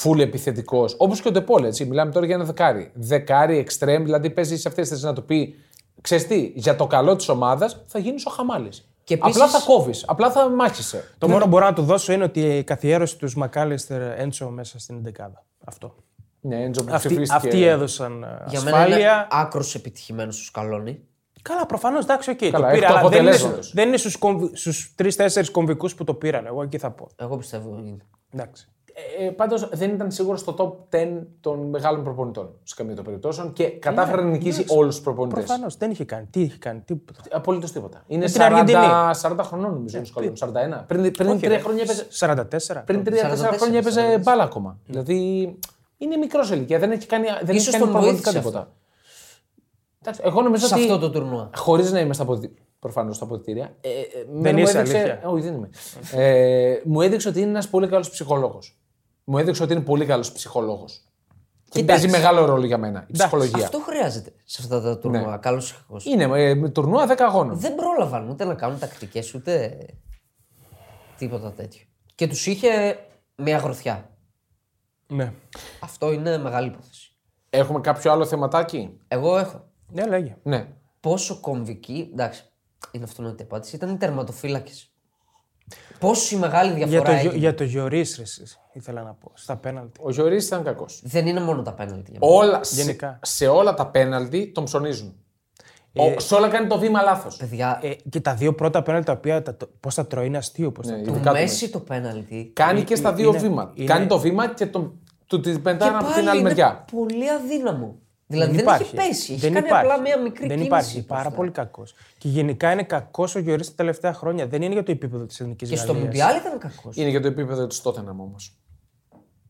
[SPEAKER 1] full επιθετικός. Όπως και ο Ντεπόλ, έτσι. Μιλάμε τώρα για ένα δεκάρι. Δεκάρι, εξτρέμ, δηλαδή παίζεις σε αυτές τις θέσεις να του πει. Ξέρεις τι, για το καλό της ομάδας θα γίνεις ο χαμάλι.
[SPEAKER 3] Και επίσης-
[SPEAKER 1] Απλά θα κόβεις, απλά θα μάχεσαι.
[SPEAKER 2] Το μόνο που μπορώ να του δώσω είναι ότι η καθιέρωση τους Μακάλιστερ Έντσο μέσα στην 11 Αυτό.
[SPEAKER 1] Ναι, Έντζο που
[SPEAKER 2] Αυτοί,
[SPEAKER 1] ψηφίστηκε.
[SPEAKER 2] αυτοί έδωσαν ε,
[SPEAKER 3] Για μένα
[SPEAKER 2] ασφάλεια.
[SPEAKER 3] είναι άκρος επιτυχημένος ο Σκαλόνι.
[SPEAKER 2] Καλά, προφανώς εντάξει, οκ.
[SPEAKER 1] Καλά,
[SPEAKER 2] το
[SPEAKER 1] εκ
[SPEAKER 2] πήρα,
[SPEAKER 1] του
[SPEAKER 2] αλλά δεν είναι,
[SPEAKER 1] αποτελέσματος.
[SPEAKER 2] στους- δεν είναι στους στους τρει-τέσσερι κομβικούς που το πήραν. Εγώ εκεί θα πω.
[SPEAKER 3] Εγώ πιστεύω. είναι.
[SPEAKER 2] Εντάξει.
[SPEAKER 1] Ε, Πάντως δεν ήταν σίγουρο στο top 10 των μεγάλων προπονητών σε καμία των περιπτώσεων
[SPEAKER 3] Ναι,
[SPEAKER 1] και κατάφερε να νικήσει όλους τους προπονητές.
[SPEAKER 2] Προφανώς δεν είχε κάνει. Τι είχε κάνει, τίποτα.
[SPEAKER 1] Απολύτως τίποτα. Είναι
[SPEAKER 2] την
[SPEAKER 1] 40,
[SPEAKER 2] Αργεντινή.
[SPEAKER 1] 40 χρονών νομίζω.
[SPEAKER 3] Ε,
[SPEAKER 1] είναι σχεδόν, 41. Πριν, πριν
[SPEAKER 2] Όχι,
[SPEAKER 1] τρία
[SPEAKER 2] ρε.
[SPEAKER 1] χρόνια έπαιζε.
[SPEAKER 2] 44.
[SPEAKER 1] Πριν 3-4
[SPEAKER 3] 44,
[SPEAKER 1] χρόνια έπαιζε
[SPEAKER 3] 44.
[SPEAKER 1] μπάλα ακόμα. Δηλαδή είναι μικρός ηλικία, δεν έχει κάνει, δεν έχει
[SPEAKER 3] Ναι. Ίσως
[SPEAKER 1] κάνει
[SPEAKER 3] τον
[SPEAKER 1] πραγματικά
[SPEAKER 3] βοήθησε
[SPEAKER 1] τίποτα. Εντάξει, εγώ νομίζω
[SPEAKER 3] σε
[SPEAKER 1] ότι.
[SPEAKER 3] αυτό το τουρνουά.
[SPEAKER 1] Χωρίς να είμαι στα αποδητήρια. Προφανώς στα αποδητήρια. Ε, ε, εμένα μου
[SPEAKER 2] είσαι,
[SPEAKER 1] έδειξε...
[SPEAKER 2] αλήθεια.
[SPEAKER 1] Όχι, δεν είμαι. ε, μου έδειξε ότι είναι ένας πολύ καλός ψυχολόγος. Μου έδειξε ότι είναι πολύ καλός ψυχολόγος. Και
[SPEAKER 3] Κοιτάξτε.
[SPEAKER 1] παίζει μεγάλο ρόλο για μένα η ψυχολογία.
[SPEAKER 3] Αυτό χρειάζεται σε αυτά τα τουρνουά. Ναι. Καλό ή κακός.
[SPEAKER 1] Είναι ε, με τουρνουά 10 αγώνων.
[SPEAKER 3] Δεν πρόλαβαν ούτε να κάνουν τακτικές ούτε τίποτα τέτοιο. Και τους είχε μια γροθιά.
[SPEAKER 2] Ναι.
[SPEAKER 3] Αυτό είναι μεγάλη υπόθεση.
[SPEAKER 1] Έχουμε κάποιο άλλο θεματάκι.
[SPEAKER 3] Εγώ έχω.
[SPEAKER 2] Ναι, λέγε.
[SPEAKER 1] Ναι.
[SPEAKER 3] Πόσο κομβική. Εντάξει, είναι αυτονόητη η απάντηση. Ήταν οι τερματοφύλακες. Πόση μεγάλη
[SPEAKER 2] Για
[SPEAKER 3] διαφορά
[SPEAKER 2] το,
[SPEAKER 3] έγινε.
[SPEAKER 2] γιο- για το Γιωρίς, ρε, εσείς, ήθελα να πω. Στα πέναλτι.
[SPEAKER 1] Ο Γιωρή ήταν κακός.
[SPEAKER 3] Δεν είναι μόνο τα πέναλτι. για μένα.
[SPEAKER 1] Όλα,
[SPEAKER 2] Γενικά.
[SPEAKER 1] Σε, σε όλα τα πέναλτι τον ψωνίζουν. Ο- σε όλα κάνει το βήμα λάθος.
[SPEAKER 3] Ε, Παιδιά,
[SPEAKER 2] Ε, και τα δύο πρώτα πέναλτι τα οποία τα, πώς τα τρώει είναι αστείο. Πώς τα τρώει.
[SPEAKER 3] το
[SPEAKER 1] ειδικά του
[SPEAKER 3] μέση το πέναλτι.
[SPEAKER 1] Κάνει και
[SPEAKER 3] ε,
[SPEAKER 1] στα δύο
[SPEAKER 2] είναι-
[SPEAKER 1] βήματα.
[SPEAKER 2] είναι-
[SPEAKER 1] Κάνει το βήμα και τον, του την πετάνε από την
[SPEAKER 3] πάλι
[SPEAKER 1] άλλη
[SPEAKER 3] είναι
[SPEAKER 1] μεριά.
[SPEAKER 3] πολύ αδύναμο. Δηλαδή δεν, έχει πέσει. Έχει
[SPEAKER 2] Δεν
[SPEAKER 3] κάνει
[SPEAKER 2] υπάρχει.
[SPEAKER 3] απλά μια μικρή
[SPEAKER 2] Δεν
[SPEAKER 3] κίνηση.
[SPEAKER 2] υπάρχει.
[SPEAKER 3] προς
[SPEAKER 2] Πάρα
[SPEAKER 3] τα-
[SPEAKER 2] πολύ κακός. Και γενικά είναι κακός ο Γιωρή τα τελευταία χρόνια. Δεν είναι για το επίπεδο της ελληνική
[SPEAKER 3] Και στο
[SPEAKER 2] Γαλλίας.
[SPEAKER 3] Μουντιάλ ήταν κακός.
[SPEAKER 1] Είναι για το επίπεδο της Τότεναμ όμω.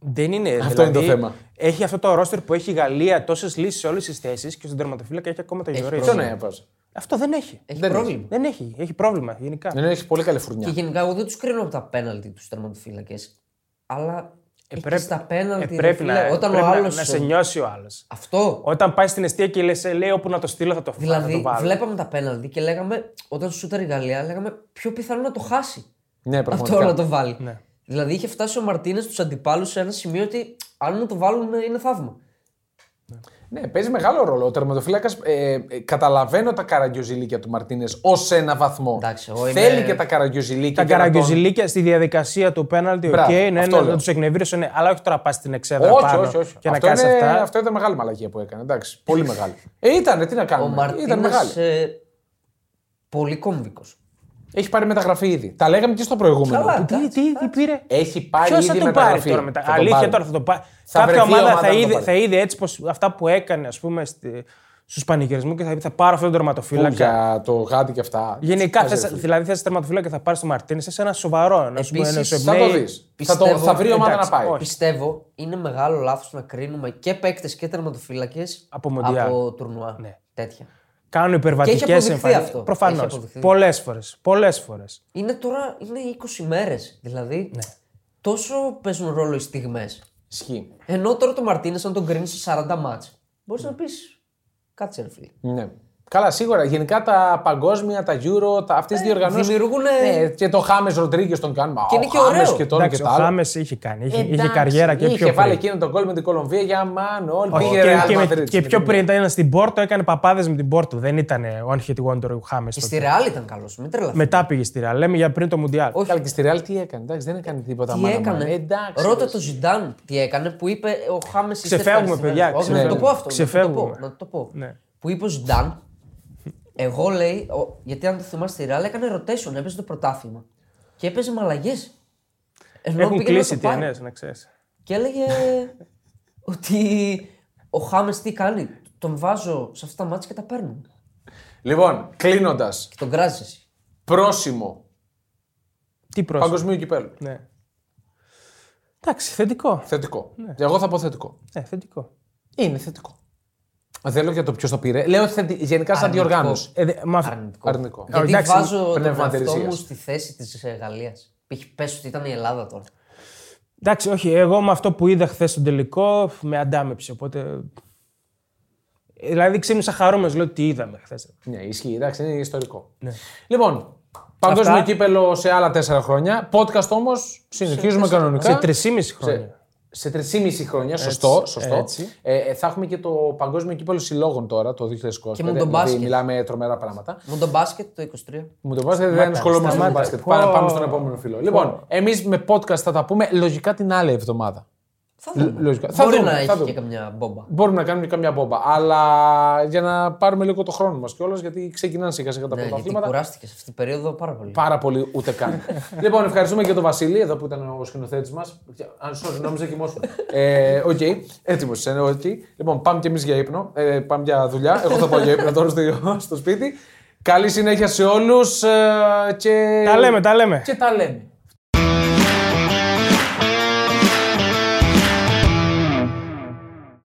[SPEAKER 2] Δεν είναι. Αυτό
[SPEAKER 1] είναι το θέμα.
[SPEAKER 2] Έχει αυτό το ρόστερ που έχει η Γαλλία τόσες λύσεις σε όλες τις θέσεις και στον τερματοφύλακα έχει ακόμα το
[SPEAKER 3] Ε,
[SPEAKER 2] Γιωρή.
[SPEAKER 1] Ποιον
[SPEAKER 3] ναι,
[SPEAKER 1] έπαιζε.
[SPEAKER 2] Αυτό δεν έχει.
[SPEAKER 3] Έχει
[SPEAKER 1] δεν
[SPEAKER 3] πρόβλημα.
[SPEAKER 2] Δεν έχει. Έχει πρόβλημα γενικά.
[SPEAKER 3] Ε-
[SPEAKER 1] Ναι, ναι, έχει πολύ καλή
[SPEAKER 3] Και
[SPEAKER 1] φουρνιά.
[SPEAKER 3] γενικά εγώ δεν τους κρίνω από τα πέναλτι τους τερματοφύλακε. Αλλά εκεί
[SPEAKER 2] Ε, πρέπει-
[SPEAKER 3] στα πέναλτι.
[SPEAKER 2] Ε,
[SPEAKER 3] ρε
[SPEAKER 2] πρέπει
[SPEAKER 3] φίλε,
[SPEAKER 2] να,
[SPEAKER 3] όταν
[SPEAKER 2] πρέπει
[SPEAKER 3] ο
[SPEAKER 2] να-
[SPEAKER 3] άλλος.
[SPEAKER 2] να σε νιώσει ο άλλος.
[SPEAKER 3] Αυτό.
[SPEAKER 2] Όταν πάει στην αιστεία και λες, λέει όπου να το στείλω θα το, φά- θα το
[SPEAKER 3] Δηλαδή,
[SPEAKER 2] βάλω.
[SPEAKER 3] βλέπαμε τα πέναλτι και λέγαμε, όταν σου η Γαλλία, λέγαμε πιο πιθανό να το χάσει.
[SPEAKER 1] Ναι,
[SPEAKER 3] Αυτό να
[SPEAKER 1] πραγματικά.
[SPEAKER 3] το βάλει.
[SPEAKER 2] Ναι.
[SPEAKER 3] Δηλαδή, είχε φτάσει ο Μαρτίνες του αντιπάλους σε ένα σημείο ότι αν μου το βάλουν είναι θαύμα.
[SPEAKER 1] Ναι, παίζει μεγάλο ρόλο. Ο τερματοφύλακας ε, ε, καταλαβαίνω τα καραγκιοζηλίκια του Μαρτίνες ως ένα βαθμό.
[SPEAKER 3] Εντάξει, εγώ είμαι-
[SPEAKER 1] Θέλει και τα καραγκιοζηλίκια.
[SPEAKER 2] Τα
[SPEAKER 1] για να τον-
[SPEAKER 2] καραγκιοζηλίκια στη διαδικασία του πέναλτι, οκ,
[SPEAKER 1] Μπράβο,
[SPEAKER 2] ναι, ναι,
[SPEAKER 1] αυτό λέω.
[SPEAKER 2] να τους εκνευρίσουν, ναι, αλλά όχι τώρα πας στην εξέδρα
[SPEAKER 1] Όχι,
[SPEAKER 2] πάνω
[SPEAKER 1] όχι, όχι.
[SPEAKER 2] και να
[SPEAKER 1] αυτό,
[SPEAKER 2] κάνεις
[SPEAKER 1] είναι-
[SPEAKER 2] αυτά.
[SPEAKER 1] αυτό ήταν μεγάλη μαλακία που έκανε. Εντάξει, πολύ μεγάλη. Ε, ήταν, τι να
[SPEAKER 3] Ο
[SPEAKER 2] Ναι.
[SPEAKER 1] κάνουμε. ήταν
[SPEAKER 3] Μαρτίνε.
[SPEAKER 1] μεγάλη.
[SPEAKER 2] ε,
[SPEAKER 3] πολύ κόμβικο.
[SPEAKER 1] Έχει πάρει μεταγραφή ήδη. Τα λέγαμε και στο προηγούμενο.
[SPEAKER 3] Καλά.
[SPEAKER 2] Τι, τι, τι πήρε.
[SPEAKER 1] Έχει πάρει
[SPEAKER 2] Ποιος θα
[SPEAKER 1] Ε, ήδη
[SPEAKER 2] τον πάρει
[SPEAKER 1] μεταγραφή.
[SPEAKER 2] τώρα μετά.
[SPEAKER 1] Θα τον
[SPEAKER 2] Αλήθεια
[SPEAKER 1] πάρει.
[SPEAKER 2] τώρα θα τον πάρει.
[SPEAKER 1] Θα
[SPEAKER 2] Κάποια
[SPEAKER 1] βρεθεί
[SPEAKER 2] ομάδα
[SPEAKER 1] ομάδα
[SPEAKER 2] θα
[SPEAKER 1] να τον
[SPEAKER 2] είδε,
[SPEAKER 1] πάρει.
[SPEAKER 2] θα είδε έτσι πως αυτά που έκανε ας πούμε, στη, στους πανηγυρισμούς και θα πει θα πάρω αυτόν τον
[SPEAKER 1] Πού,
[SPEAKER 2] τερματοφύλακα.
[SPEAKER 1] Για το γάτι και αυτά.
[SPEAKER 2] Γενικά,
[SPEAKER 1] Κάτσε,
[SPEAKER 2] θες,
[SPEAKER 1] ρε,
[SPEAKER 2] δηλαδή θες τερματοφύλακα και θα πάρεις τον Μαρτίνες, θες ένα σοβαρό, ένα, σου- ναι,
[SPEAKER 3] Επίσης,
[SPEAKER 2] ένα σου
[SPEAKER 1] Θα το
[SPEAKER 2] εμπνέει.
[SPEAKER 1] δεις. Θα,
[SPEAKER 3] πιστεύω-
[SPEAKER 1] το, θα βρει ομάδα
[SPEAKER 2] εντάξει,
[SPEAKER 1] να πάει.
[SPEAKER 2] όχι.
[SPEAKER 3] Πιστεύω είναι μεγάλο λάθος να κρίνουμε και παίκτες και τερματοφύλακες
[SPEAKER 2] Από Μουντιάλ.
[SPEAKER 3] από τουρνουά.
[SPEAKER 2] Ναι.
[SPEAKER 3] Τέτοια.
[SPEAKER 2] Κάνουν υπερβατικές
[SPEAKER 3] αποδειχθεί
[SPEAKER 2] εμφανίσεις.
[SPEAKER 3] αυτό.
[SPEAKER 2] Προφανώ.
[SPEAKER 3] Έχει αποδειχθεί.
[SPEAKER 2] Πολλές φορές. Πολλές φορές.
[SPEAKER 3] Είναι τώρα είναι 20 μέρες. Δηλαδή
[SPEAKER 2] Ναι.
[SPEAKER 3] τόσο παίζουν ρόλο οι στιγμές.
[SPEAKER 1] Ισχύει.
[SPEAKER 3] Ενώ τώρα το Μαρτίνες, αν τον κρίνεις σε 40 μάτς, μπορείς
[SPEAKER 2] Ναι.
[SPEAKER 3] να πεις κάτσε ρε φίλε.
[SPEAKER 1] Ναι. Καλά, σίγουρα. Γενικά τα παγκόσμια, τα Euro, τα,
[SPEAKER 2] Ε,
[SPEAKER 1] αυτές οι διοργανώσεις...
[SPEAKER 3] δημιουργούνε-
[SPEAKER 1] Ναι, και το Χάμες Ροντρίγκες τον κάνουμε.
[SPEAKER 3] Και
[SPEAKER 1] Α,
[SPEAKER 3] είναι
[SPEAKER 1] ο
[SPEAKER 3] και
[SPEAKER 1] Χάμες
[SPEAKER 3] ωραίο.
[SPEAKER 1] Και τον
[SPEAKER 2] Εντάξει,
[SPEAKER 1] και
[SPEAKER 2] ο
[SPEAKER 1] τα άλλα.
[SPEAKER 2] Χάμες είχε κάνει. Είχε, είχε
[SPEAKER 1] Εντάξει,
[SPEAKER 2] καριέρα και πιο
[SPEAKER 1] Είχε βάλει
[SPEAKER 2] πριν.
[SPEAKER 1] εκείνο τον κόλ με την Κολομβία για μάνο. Όλοι
[SPEAKER 2] Όχι,
[SPEAKER 1] πήγε
[SPEAKER 2] και,
[SPEAKER 1] Real
[SPEAKER 2] και, με-
[SPEAKER 1] Madrid.
[SPEAKER 2] και πιο πριν ήταν στην Πόρτο, έκανε παπάδες με την Πόρτο. Δεν ήταν ε, one hit wonder ο Χάμες.
[SPEAKER 3] Και στη Ρεάλ ήταν καλός, μην τρελαθεί.
[SPEAKER 2] Μετά πήγε στη Ρεάλ. Λέμε για πριν το Μουντιάλ.
[SPEAKER 1] Καλά, και στη Real τι έκανε. Εντάξει, δεν έκανε τίποτα
[SPEAKER 3] Τι
[SPEAKER 1] μάνα,
[SPEAKER 3] έκανε.
[SPEAKER 2] ε,
[SPEAKER 1] μάνα. Εντάξει.
[SPEAKER 3] Ρώτα
[SPEAKER 1] ρε.
[SPEAKER 3] το Ζιντάν τι έκανε που είπε ο Χάμες
[SPEAKER 2] Ξεφεύγουμε, παιδιά,
[SPEAKER 3] Να το
[SPEAKER 2] ξεφεύγουμε.
[SPEAKER 3] πω αυτό.
[SPEAKER 2] Ξεφεύγουμε.
[SPEAKER 3] Να το πω. Να το πω.
[SPEAKER 2] Ναι.
[SPEAKER 3] Που είπε ο Ζιντάν, εγώ λέει, ο- γιατί αν το θυμάστε η Ρεάλ έκανε rotation, έπαιζε το πρωτάθλημα. Και έπαιζε με αλλαγές.
[SPEAKER 2] Έχουν κλείσει τι ενέ, να ξέρεις.
[SPEAKER 3] Και έλεγε ότι ο Χάμες τι κάνει. Τον βάζω σε αυτά τα μάτια και τα παίρνω.
[SPEAKER 1] Λοιπόν, κλείνοντας.
[SPEAKER 3] Και τον κράζεις. εσύ.
[SPEAKER 1] Πρόσημο
[SPEAKER 2] Τι πρόσφατα.
[SPEAKER 1] παγκοσμίου κυπέλου.
[SPEAKER 2] Ναι. Εντάξει, θετικό.
[SPEAKER 1] Θετικό. Εγώ θα πω θετικό.
[SPEAKER 2] Ναι, θετικό.
[SPEAKER 1] Είναι θετικό. Δεν λέω για το ποιος το πήρε. Λέω θετι- γενικά σαν
[SPEAKER 3] Αρνητικό.
[SPEAKER 1] διοργάνωση.
[SPEAKER 2] Ε, δε- μα-
[SPEAKER 3] Αρνητικό.
[SPEAKER 1] Αρνητικό.
[SPEAKER 3] Γιατί
[SPEAKER 2] Εντάξει,
[SPEAKER 3] βάζω τον εαυτό
[SPEAKER 1] πνευματηρησίας.
[SPEAKER 3] μου στη θέση ε, τη Γαλλία. Π.χ. πες ότι ήταν η Ελλάδα τώρα.
[SPEAKER 2] Εντάξει, όχι. Εγώ με αυτό που είδα χθες στον τελικό με αντάμεψε. Οπότε. Ε, Δηλαδή ξύπνησα χαρούμενος, λέω τι είδαμε χθες.
[SPEAKER 1] Ναι, ισχύει. Εντάξει, είναι ιστορικό.
[SPEAKER 3] Ναι.
[SPEAKER 1] Λοιπόν, παγκόσμιο
[SPEAKER 2] Αυτά.
[SPEAKER 1] κύπελο σε άλλα τέσσερα χρόνια. Podcast όμως συνεχίζουμε κανονικά.
[SPEAKER 2] Σε 3,5 χρόνια.
[SPEAKER 1] Σε 3,5 χρόνια, σωστό. σωστό.
[SPEAKER 2] έτσι.
[SPEAKER 1] Ε, ε, θα έχουμε και το Παγκόσμιο Κύπελο Συλλόγων τώρα, το 2020.
[SPEAKER 3] Και μου τον
[SPEAKER 1] δηλαδή,
[SPEAKER 3] μπάσκετ.
[SPEAKER 1] μιλάμε τρομερά πράγματα.
[SPEAKER 3] Μου τον μπάσκετ το 23.
[SPEAKER 1] Μου το βάζετε, δεν ασχολούμαστε με
[SPEAKER 2] σταμάτα.
[SPEAKER 1] μπάσκετ.
[SPEAKER 2] Πω.
[SPEAKER 1] Πάμε, πάμε στον επόμενο φίλο. Λοιπόν, εμείς με podcast θα τα πούμε λογικά την άλλη εβδομάδα.
[SPEAKER 3] Θα δούμε.
[SPEAKER 1] Λ- λογικά. Θα
[SPEAKER 3] Μπορεί
[SPEAKER 1] δούμε,
[SPEAKER 3] να
[SPEAKER 1] θα
[SPEAKER 3] έχει
[SPEAKER 1] δούμε.
[SPEAKER 3] και καμιά μπόμπα.
[SPEAKER 1] Μπορούμε να κάνουμε και καμιά μπόμπα. Αλλά για να πάρουμε λίγο το χρόνο μας κιόλας, γιατί ξεκινάνε σιγά σιγά τα
[SPEAKER 3] Ναι, γιατί
[SPEAKER 1] πρωταθλήματα.
[SPEAKER 3] κουράστηκε σε αυτή την περίοδο πάρα πολύ.
[SPEAKER 1] Πάρα πολύ ούτε καν. λοιπόν, ευχαριστούμε και τον Βασίλη, εδώ που ήταν ο σκηνοθέτης μας. Αν sorry, νόμιζα κοιμόσουν. ε, Οκ, έτοιμος είσαι, ναι, οκ. Λοιπόν, πάμε κι εμείς για ύπνο. Ε, πάμε για δουλειά. Εγώ θα πάω για ύπνο τώρα στο, στο σπίτι. Καλή συνέχεια σε όλους. ε, και...
[SPEAKER 2] Τα λέμε, τα λέμε.
[SPEAKER 1] Και τα λέμε.